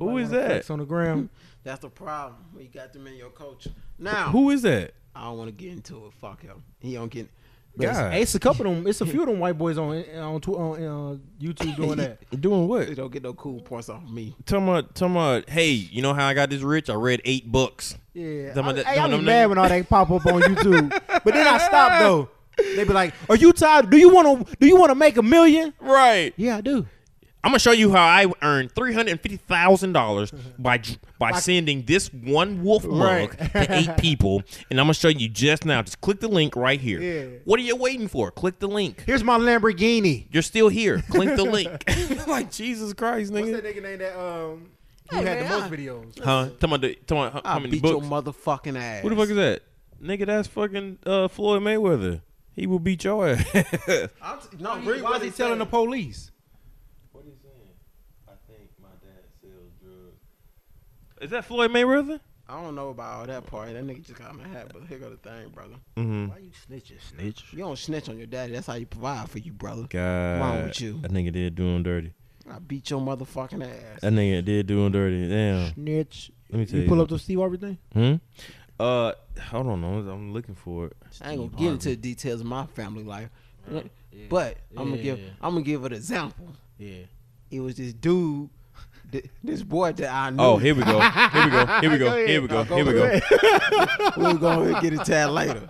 A: Who is that?
D: Flex On the ground.
B: That's the problem. We got them in your culture. Now
A: Who is that?
B: I don't want to get into it. Fuck him. He don't get.
A: God.
D: Hey, it's a couple of them. It's a few of them white boys on on, tw- on uh, YouTube doing that.
A: Doing what?
B: They don't get no cool points off of me.
A: Tell me, tell me, hey, you know how I got this rich? I read eight books.
D: Yeah,
A: Them-
D: I,
A: them-
D: hey, I
A: them-
D: be
A: them-
D: mad when all that pop up on YouTube, but then I stop though. They be like, "Are you tired? Do you want to? Do you want to make a million?
A: Right.
D: Yeah, I do.
A: I'm gonna show you how I earned three hundred and fifty thousand dollars by dr- by sending this one wolf mug to eight people, and I'm gonna show you just now. Just click the link right here.
D: Yeah.
A: What are you waiting for? Click the link.
D: Here's my Lamborghini.
A: You're still here. Click the link. like Jesus Christ, nigga.
D: nigga name that um who
B: had the most
D: videos?
A: Huh? Tell me, the- tell me how, how
B: I
A: many
B: beat
A: books?
B: your motherfucking ass.
A: Who the fuck is that? Nigga, that's fucking uh, Floyd Mayweather. He will beat your ass.
B: I'm t- no,
D: Why,
B: read
D: is
B: what
D: he telling the
B: said.
D: police?
A: What are you saying? I think my dad sells drugs. Is that Floyd Mayweather?
B: I don't know about all that part. That nigga just got my hat. But here go the thing, brother.
A: Mm-hmm.
D: Why you snitching, snitch?
B: You don't snitch on your daddy. That's how you provide for you, brother.
A: God,
B: Wrong with you.
A: That nigga did do him dirty.
B: I beat your motherfucking ass.
A: That nigga did do him dirty. Damn.
D: Snitch.
A: Let me tell
D: You
A: you.
D: pull up the Steve Harvey thing?
A: Hmm. Uh, hold on. I'm, I'm looking for it.
B: I ain't gonna get into the details of my family life, but I'm gonna give
D: Yeah.
B: I'm gonna give an example.
D: Yeah.
B: It was this dude, th- this boy that I knew.
A: Oh, here we go. Here we go. Here we go. Here we go. Here we go.
B: we're gonna get into that later.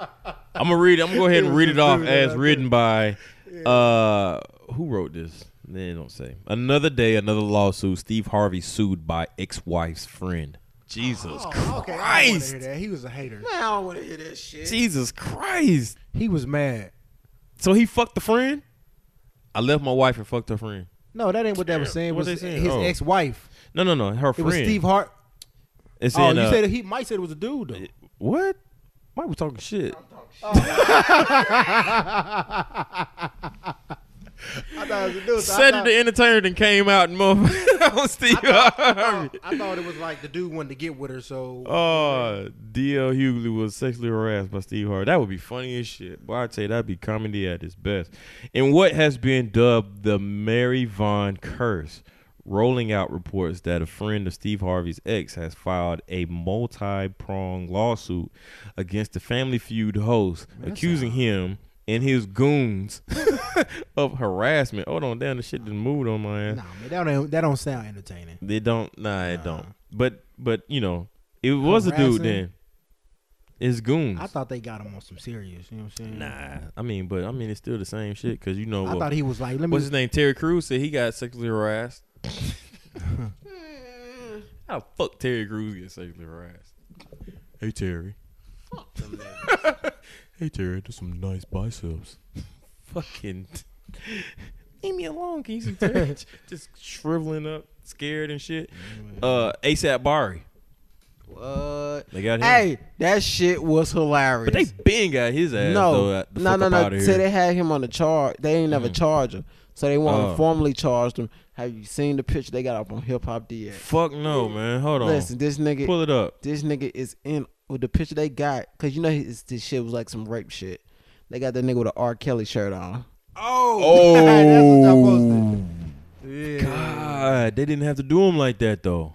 A: I'm gonna read. it. I'm gonna go ahead and read it off as written by. Uh, who wrote this? They don't say. Another day, another lawsuit. Steve Harvey sued by ex-wife's friend.
D: Oh,
A: Jesus Christ.
D: He was a hater.
B: Man, I don't want to hear that shit.
A: Jesus Christ.
D: He was mad.
A: So he fucked the friend? I left my wife and fucked her friend.
D: No, that ain't what they were saying. It
A: What
D: was
A: they saying?
D: his
A: Oh.
D: ex-wife.
A: No, no, no. Her
D: It
A: friend.
D: was Steve Hart.
A: It's
D: Oh,
A: in,
D: you
A: uh,
D: said he might said it was a dude though.
A: what? Mike was talking shit.
D: I thought it was a dude. so I
A: Said it
D: thought-
A: the entertainer and came out and motherfucker on Steve Harvey.
D: I thought it was like the dude wanted to get with her, so
A: Oh, D.L. Hughley was sexually harassed by Steve Harvey. That would be funny as shit. Boy, I tell you, that'd be comedy at its best. In what has been dubbed the Mary Vaughn curse, rolling out reports that a friend of Steve Harvey's ex has filed a multi-pronged lawsuit against the Family Feud host, accusing him and his goons of harassment. Hold on, damn, the shit didn't move on my ass.
D: nah, man, that don't that don't sound entertaining.
A: They don't. Nah, it don't. But but you know, it was a dude
D: Harassing?
A: then. It's goons.
D: I thought they got him on some serious. You know what I'm saying?
A: nah, I mean, but I mean, it's still the same shit because you know
D: I
A: what.
D: thought he was like, let me.
A: what's his name? Terry Crews said he got sexually harassed. How the fuck Terry Crews get sexually harassed? Hey Terry. hey Terry, there's some nice biceps. Fucking. Leave me alone, can you Mm-hmm. see Terry? Just shriveling up, scared and shit. Uh, ASAP Bari.
B: What?
A: They got him.
B: Hey, that shit was hilarious.
A: But they been got his ass. though,
B: no,
A: uh, the
B: no,
A: fuck
B: no,
A: up
B: no.
A: outta
B: So
A: here. Mm-hmm.
B: they had him on the charge. They ain't never charged him, so they want
A: Oh.
B: to formally charge him. Have you seen the picture they got up on Hip Hop DX?
A: Fuck no, man. Hold on.
B: Listen, this nigga,
A: Pull it up.
B: this nigga is in with the picture they got because you know his, this shit was like some rape shit. They got that nigga with a R. Kelly shirt on.
A: Oh,
E: Yeah.
A: God. They didn't have to do him like that, though.
B: Man,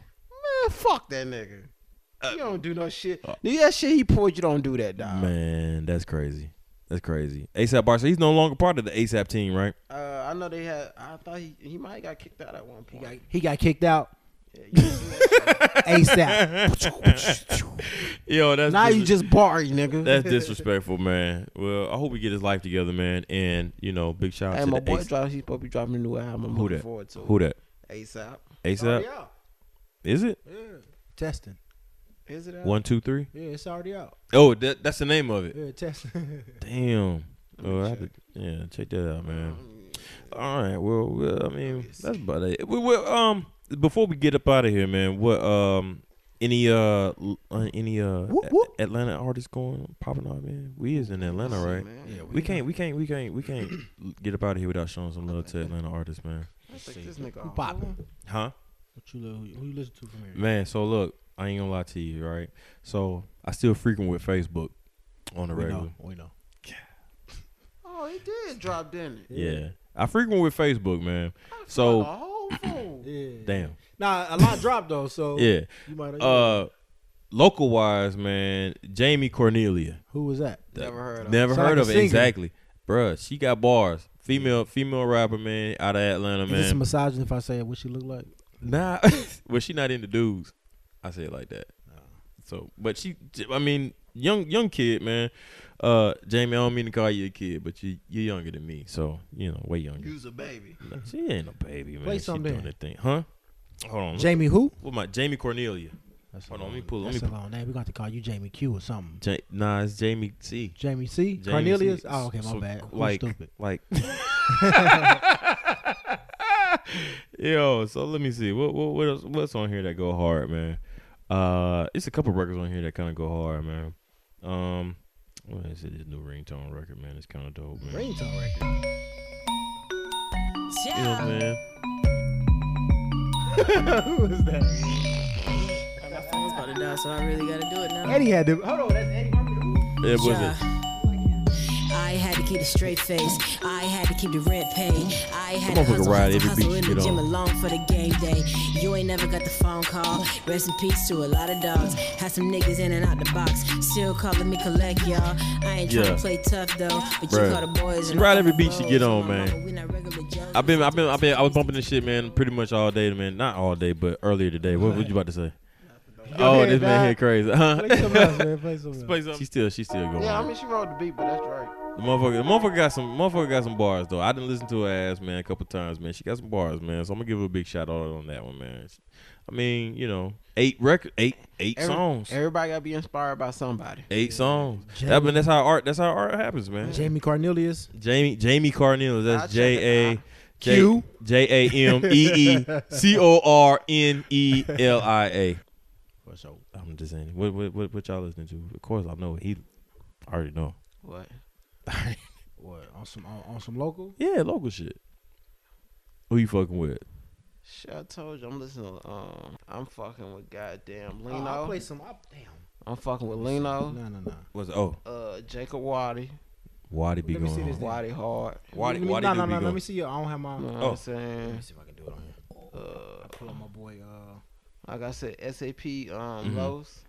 B: Eh, fuck that nigga.
A: Uh,
B: you don't do no shit. Nigga, that shit he pulled, you don't do that, dog.
A: Man, that's crazy. That's crazy. ASAP Barca, he's no longer part of the ASAP team, right?
B: Uh, I know they had. I thought he he might have got kicked out at one point.
D: He got kicked out ASAP.
A: Yo, that's
B: now you
A: dis-
B: just Barry, nigga.
A: that's disrespectful, man. Well, I hope he get his life together, man. And you know, big shout out
B: hey,
A: to
B: my
A: the
B: boy
A: Ace-
B: dropped. He's supposed to be dropping a new album. I'm
A: Who
B: looking
A: that?
B: forward to
A: Who that?
B: ASAP. Oh,
A: ASAP?
D: out.
A: Is it
D: Yeah. Testing.
B: Is it? out?
A: one, two, three?
D: Yeah, it's already out.
A: Oh, that, that's the name of it.
D: Yeah, testing.
A: Damn. Oh, I have to, yeah, check that out, man. All right. Well, well I mean, that's about it. We, well, um, before we get up out of here, man, what um, any uh, l- uh, any uh,
D: Whoop, whoop.
A: A- Atlanta artists going popping up, man? We is in Atlanta,
B: Listen,
A: right?
B: man.
D: Yeah,
A: We can't, we can't, we can't, we can't get up out of here without showing some love to Atlanta artists, man.
B: I think this nigga
D: Who
B: on
D: popping?
A: Huh?
D: What you li- who you listen to from here?
A: Man, so look, I ain't gonna lie to you, right? So I still frequent with Facebook on the
D: We
A: regular.
D: know. We know.
B: Oh, he did drop, didn't it?
A: Yeah, I frequent with Facebook, man. So
D: Yeah. Oh.
A: damn,
D: Nah, a lot dropped though. So
A: yeah.
D: you might.
A: Uh, local wise, man, Jamie Cornelia.
D: who was that?
B: Never heard of.
A: Never
D: Sound
A: heard
D: like a
A: of it.
D: singer.
A: Exactly, bruh. She got bars. Female, female rapper, man, out of Atlanta,
D: Is this a
A: man.
D: misogynist if I say what she look like?
A: nah, well, she not into dudes. I say it like that. So, but she, I mean, young, young kid, man. Uh, Jamie, I don't mean to call you a kid, but you, you're younger than me, so you know, way younger.
B: Use a baby.
A: Nah, she ain't no baby, man.
D: Play
A: she
D: something.
A: doing that thing, huh? Hold on, Jamie.
D: Jamie who?
A: What my Jamie Cornelia?
D: That's
A: Hold
D: a
A: on, let me
D: long-
A: pull- let
D: That's
A: me
D: a long name. We're gonna have to call you Jamie Q or something.
A: Ja- nah, it's Jamie C.
D: Jamie C.
A: Jamie
D: Cornelius.
A: C.
D: Oh, okay, my
A: So,
D: bad. Who's
A: Like,
D: stupid?
A: like. Yo, so let me see. What what what else, what's on here that go hard, man? Uh, it's a couple records on here that kind of go hard, man. Um, what is it? This new ringtone record, man. It's kind of dope, man.
D: Ringtone record.
A: You know, man.
D: who is that?
F: My phone's about to die, so I really gotta do it now.
D: Eddie had to. Hold on, that's Eddie.
A: It was a
F: I had to keep a straight face. I had to keep the rent paid. I had
A: Motherfucker
F: to hustle,
A: ride
F: hustle,
A: every
F: hustle
A: beat
F: in
A: you
F: the
A: get
F: gym
A: on.
F: alone for the game day. You ain't never got the phone call. Rest in peace to a lot of dogs. Had some niggas in and out the box. Still calling me collect, y'all. I ain't trying
A: Yeah.
F: to play tough though. But
A: Bruh.
F: you call the boys. and
A: You ride
F: I
A: every
F: call
A: beat you
F: the
A: get
F: bros.
A: on,
F: My mama,
A: man.
F: we not regular Joes.
A: I've been, I've been, I've been, I was bumping this shit, man, pretty much all day, man. Not all day, but earlier today. What, what you about to say? Oh,
D: ahead,
A: this man
D: dog.
A: here crazy.
D: Play something else,
A: Huh?
D: man. Play something else.
A: Play something. She still, she still going.
B: Yeah, I mean she wrote the beat, but that's right.
A: The motherfucker, the motherfucker got some, motherfucker got some bars though. I didn't listen to her ass, man, a couple times, man. She got some bars, man. So I'm gonna give her a big shout out on that one, man. She- I mean, you know, eight record, eight, eight
B: Every-
A: songs,
B: Everybody gotta be inspired by somebody.
A: eight songs. That, but that's how art, that's how art happens, man.
D: Jamie Cornelius.
A: Jamie, Jamie Cornelius.
B: I'll
A: That's
B: check it
A: J A.
B: out.
A: J-
D: Q.
A: J A M E E C O R N E L I A.
D: For sure.
A: I'm just saying. What, what what what y'all listening to? Of course, I know he. I already know.
B: What?
D: What on some on, on some local?
A: Yeah, local shit. Who you fucking with?
B: Shit, I told you I'm listening to um I'm fucking with goddamn
D: Oh,
B: Leno.
D: I play some. I, damn.
B: I'm fucking with Leno,
D: No, no, no.
A: What's oh
B: uh Jacob Waddy,
A: Why did be
D: Let me see
A: going
D: this
A: on?
D: thing.
B: Waddy Hard.
A: Why
D: Let
A: did
D: me-
A: why
D: no,
A: did
D: no,
A: it be
D: no. Let me
A: going?
D: see your. I don't have my.
B: You know what
A: Oh.
B: I'm saying?
D: Let's see if I can do it on here.
B: Uh,
D: I pull on my boy. Uh,
B: like I said, SAP um
A: Mhm.
B: Lowe's.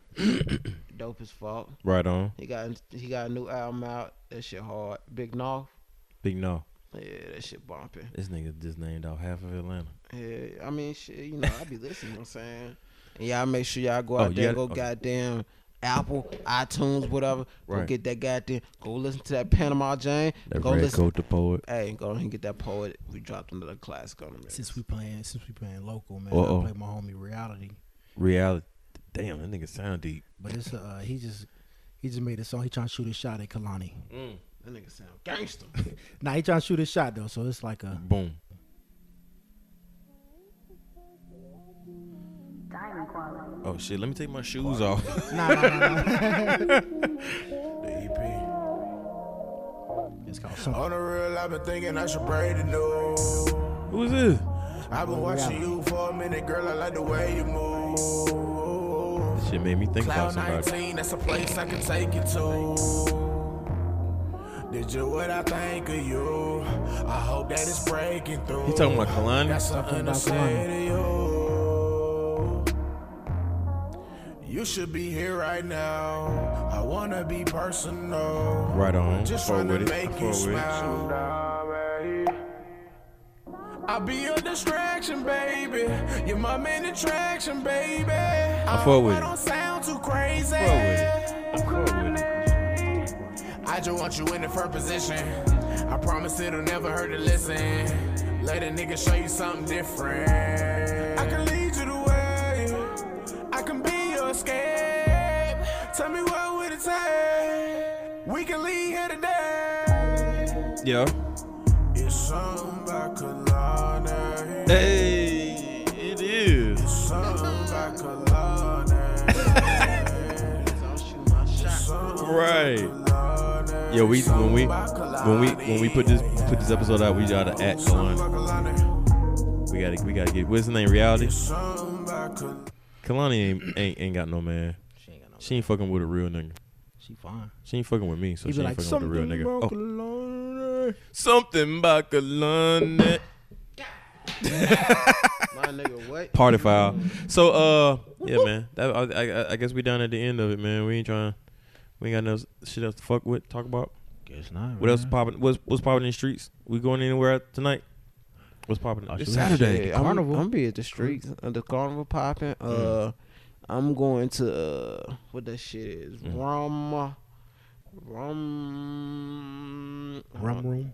B: Dope as fuck.
A: Right on.
B: He got he got a new album out. That shit hard. Big North.
A: Big no.
B: Yeah, that shit bumping.
A: This nigga just named out half of Atlanta.
B: Yeah, I mean, shit, you know, I be listening. you know what I'm saying, and y'all make sure y'all go
A: Oh,
B: out
A: you gotta-
B: there, go
A: okay.
B: goddamn Apple, iTunes, whatever. Go
A: Right.
B: get that goddamn. Go listen to that Panama Jane.
A: That
B: go
A: red
B: listen.
A: coat the poet.
B: Hey, go ahead and get that poet. We dropped another classic on him.
D: since we playing, since we playing local, man,
A: Uh-oh.
D: I play my homie Reality.
A: Reality. Damn, that nigga sound deep.
D: But it's uh, he just he just made a song. He trying to shoot a shot at Kalani.
B: That nigga sound gangster.
D: Nah, he trying to shoot a shot though, so it's like a
A: Boom.
G: Diamond quality.
A: Oh shit, let me take my shoes off.
D: Nah, nah, nah, nah. E
G: It's
D: called
C: On the real, I've been thinking I should pray to do.
A: Who is this?
C: I've been watching you for a minute, girl. I like the way you move.
A: This shit made me think about
C: Cloud
A: somebody.
C: 19, that's a place I can take you to. Did you what I think of you? I hope that it's breaking through.
A: He talking about Kalani?
C: That's
A: Talking
C: something I
A: about
C: say to you. You should be here right now. I wanna be personal.
A: Right on.
C: Just
A: Fuck
C: trying to
A: with it.
C: make
A: Fuck
C: you
A: with it.
C: smile. I'll be your distraction, baby. You're my main attraction, baby. I
A: fuck with
C: I
A: it.
C: don't sound too crazy. I just want you in the first position. I promise it'll never hurt to listen. Let a nigga show you something different. I can lead you the way. I can be your escape. Tell me what would it take? We can leave here today.
A: Yeah.
C: It's something about Kalani.
A: Hey, it
C: It's
A: is.
C: something about Kalani. It's something
A: Right. Yeah, we when we when we when we put this put this episode out, we gotta act Kalani. We gotta we gotta get what's his name? Reality.
C: about Kalani.
A: Kalani ain't ain't, ain't got no man. She ain't, fucking with a real nigga.
D: She fine.
A: She ain't fucking with me, so
D: He
A: she
D: be
A: ain't
D: like,
A: fucking with a real
D: "Something
A: nigga.
D: about
A: Oh. Something about Kalani.
B: My nigga, what?
A: Party foul. So uh, yeah, man. That, I, I I guess we down at the end of it, man. We ain't trying. We ain't got no shit else to fuck with. Talk about.
D: Guess not.
A: What else is popping? What's what's popping in the streets? We going anywhere tonight? What's popping?
D: Oh,
A: it's
D: shit.
A: Saturday.
D: Shit.
B: I'm,
D: Carnival.
B: I'm be at the streets. Uh, the carnival popping. Uh, I'm going to uh, what that shit is.
D: Mm.
B: Rum, rum,
D: Rum room.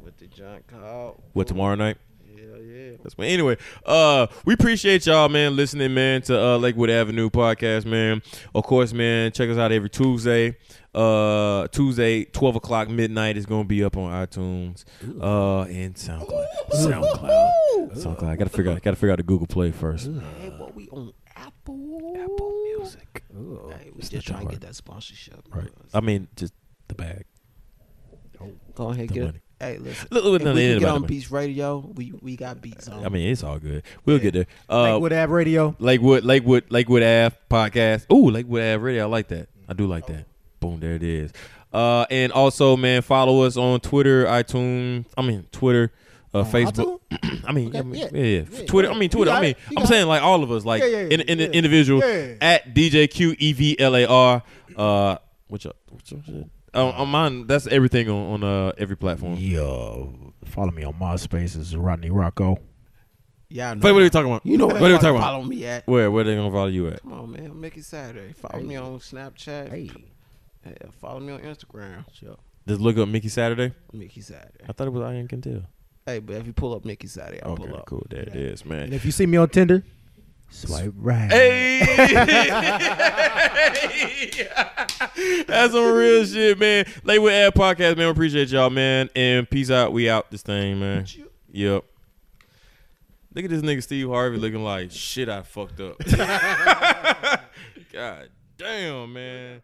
B: What the junk called?
A: What tomorrow night?
B: Hell yeah.
A: That's my anyway. Uh, we appreciate y'all, man, listening, man, to uh, Lakewood Avenue podcast, man. Of course, man, check us out every Tuesday. Uh, Tuesday, twelve o'clock midnight is gonna be up on iTunes. Uh, and SoundCloud, SoundCloud, SoundCloud. I gotta figure out, gotta figure out the Google Play first.
B: Hey, boy, we on Apple. Apple Music. Hey, we still trying to get that sponsorship.
A: Right. I mean, just the bag.
B: Go ahead,
A: The
B: get.
A: money.
B: Hey, listen.
A: Look, look,
B: if
A: no,
B: we
A: it
B: can
A: ain't
B: get
A: about
B: on
A: the money.
B: Beats Radio. We we got beats on.
A: I mean, it's all good. We'll get there. Uh,
D: Lakewood Ave Radio.
A: Lakewood, Lakewood, Lakewood Ave podcast. Ooh, Lakewood Ave Radio. I like that. I do like that. Boom, there it is. Uh, and also, man, follow us on Twitter, iTunes. I mean, Twitter, uh, Facebook. I mean, I mean, yeah, yeah, Twitter. I mean, Twitter. I mean, I'm saying like all of us, like
D: Yeah, yeah,
A: in, in, individual at E DJQEVLAR. Uh, which up? What's up? Uh, on mine, that's everything on, on uh, every platform.
D: Yo, follow me on MySpace. It's Rodney Rocco.
B: yeah. I know.
A: Wait, what are you talking about?
B: You know
A: what
B: where
A: are
B: they
A: you talking about?
B: follow me at.
A: Where where they gonna follow you at?
B: Come on, man. Make it Saturday. Follow me on Snapchat.
D: Hey,
B: Hey, follow me on Instagram. Sure.
A: Just look up Mickey Saturday.
B: Mickey Saturday.
A: I thought it was Iron Cantil.
B: Hey, but if you pull up Mickey Saturday, I'll
A: Okay,
B: pull up.
A: cool. There it is, man.
D: and if you see me on Tinder, swipe right.
A: Hey! That's some real shit, man. Late with Ad Podcast, man. We appreciate y'all, man. And peace out. We out this thing, man. Yep. Look at this nigga Steve Harvey looking like shit I fucked up. God damn, man.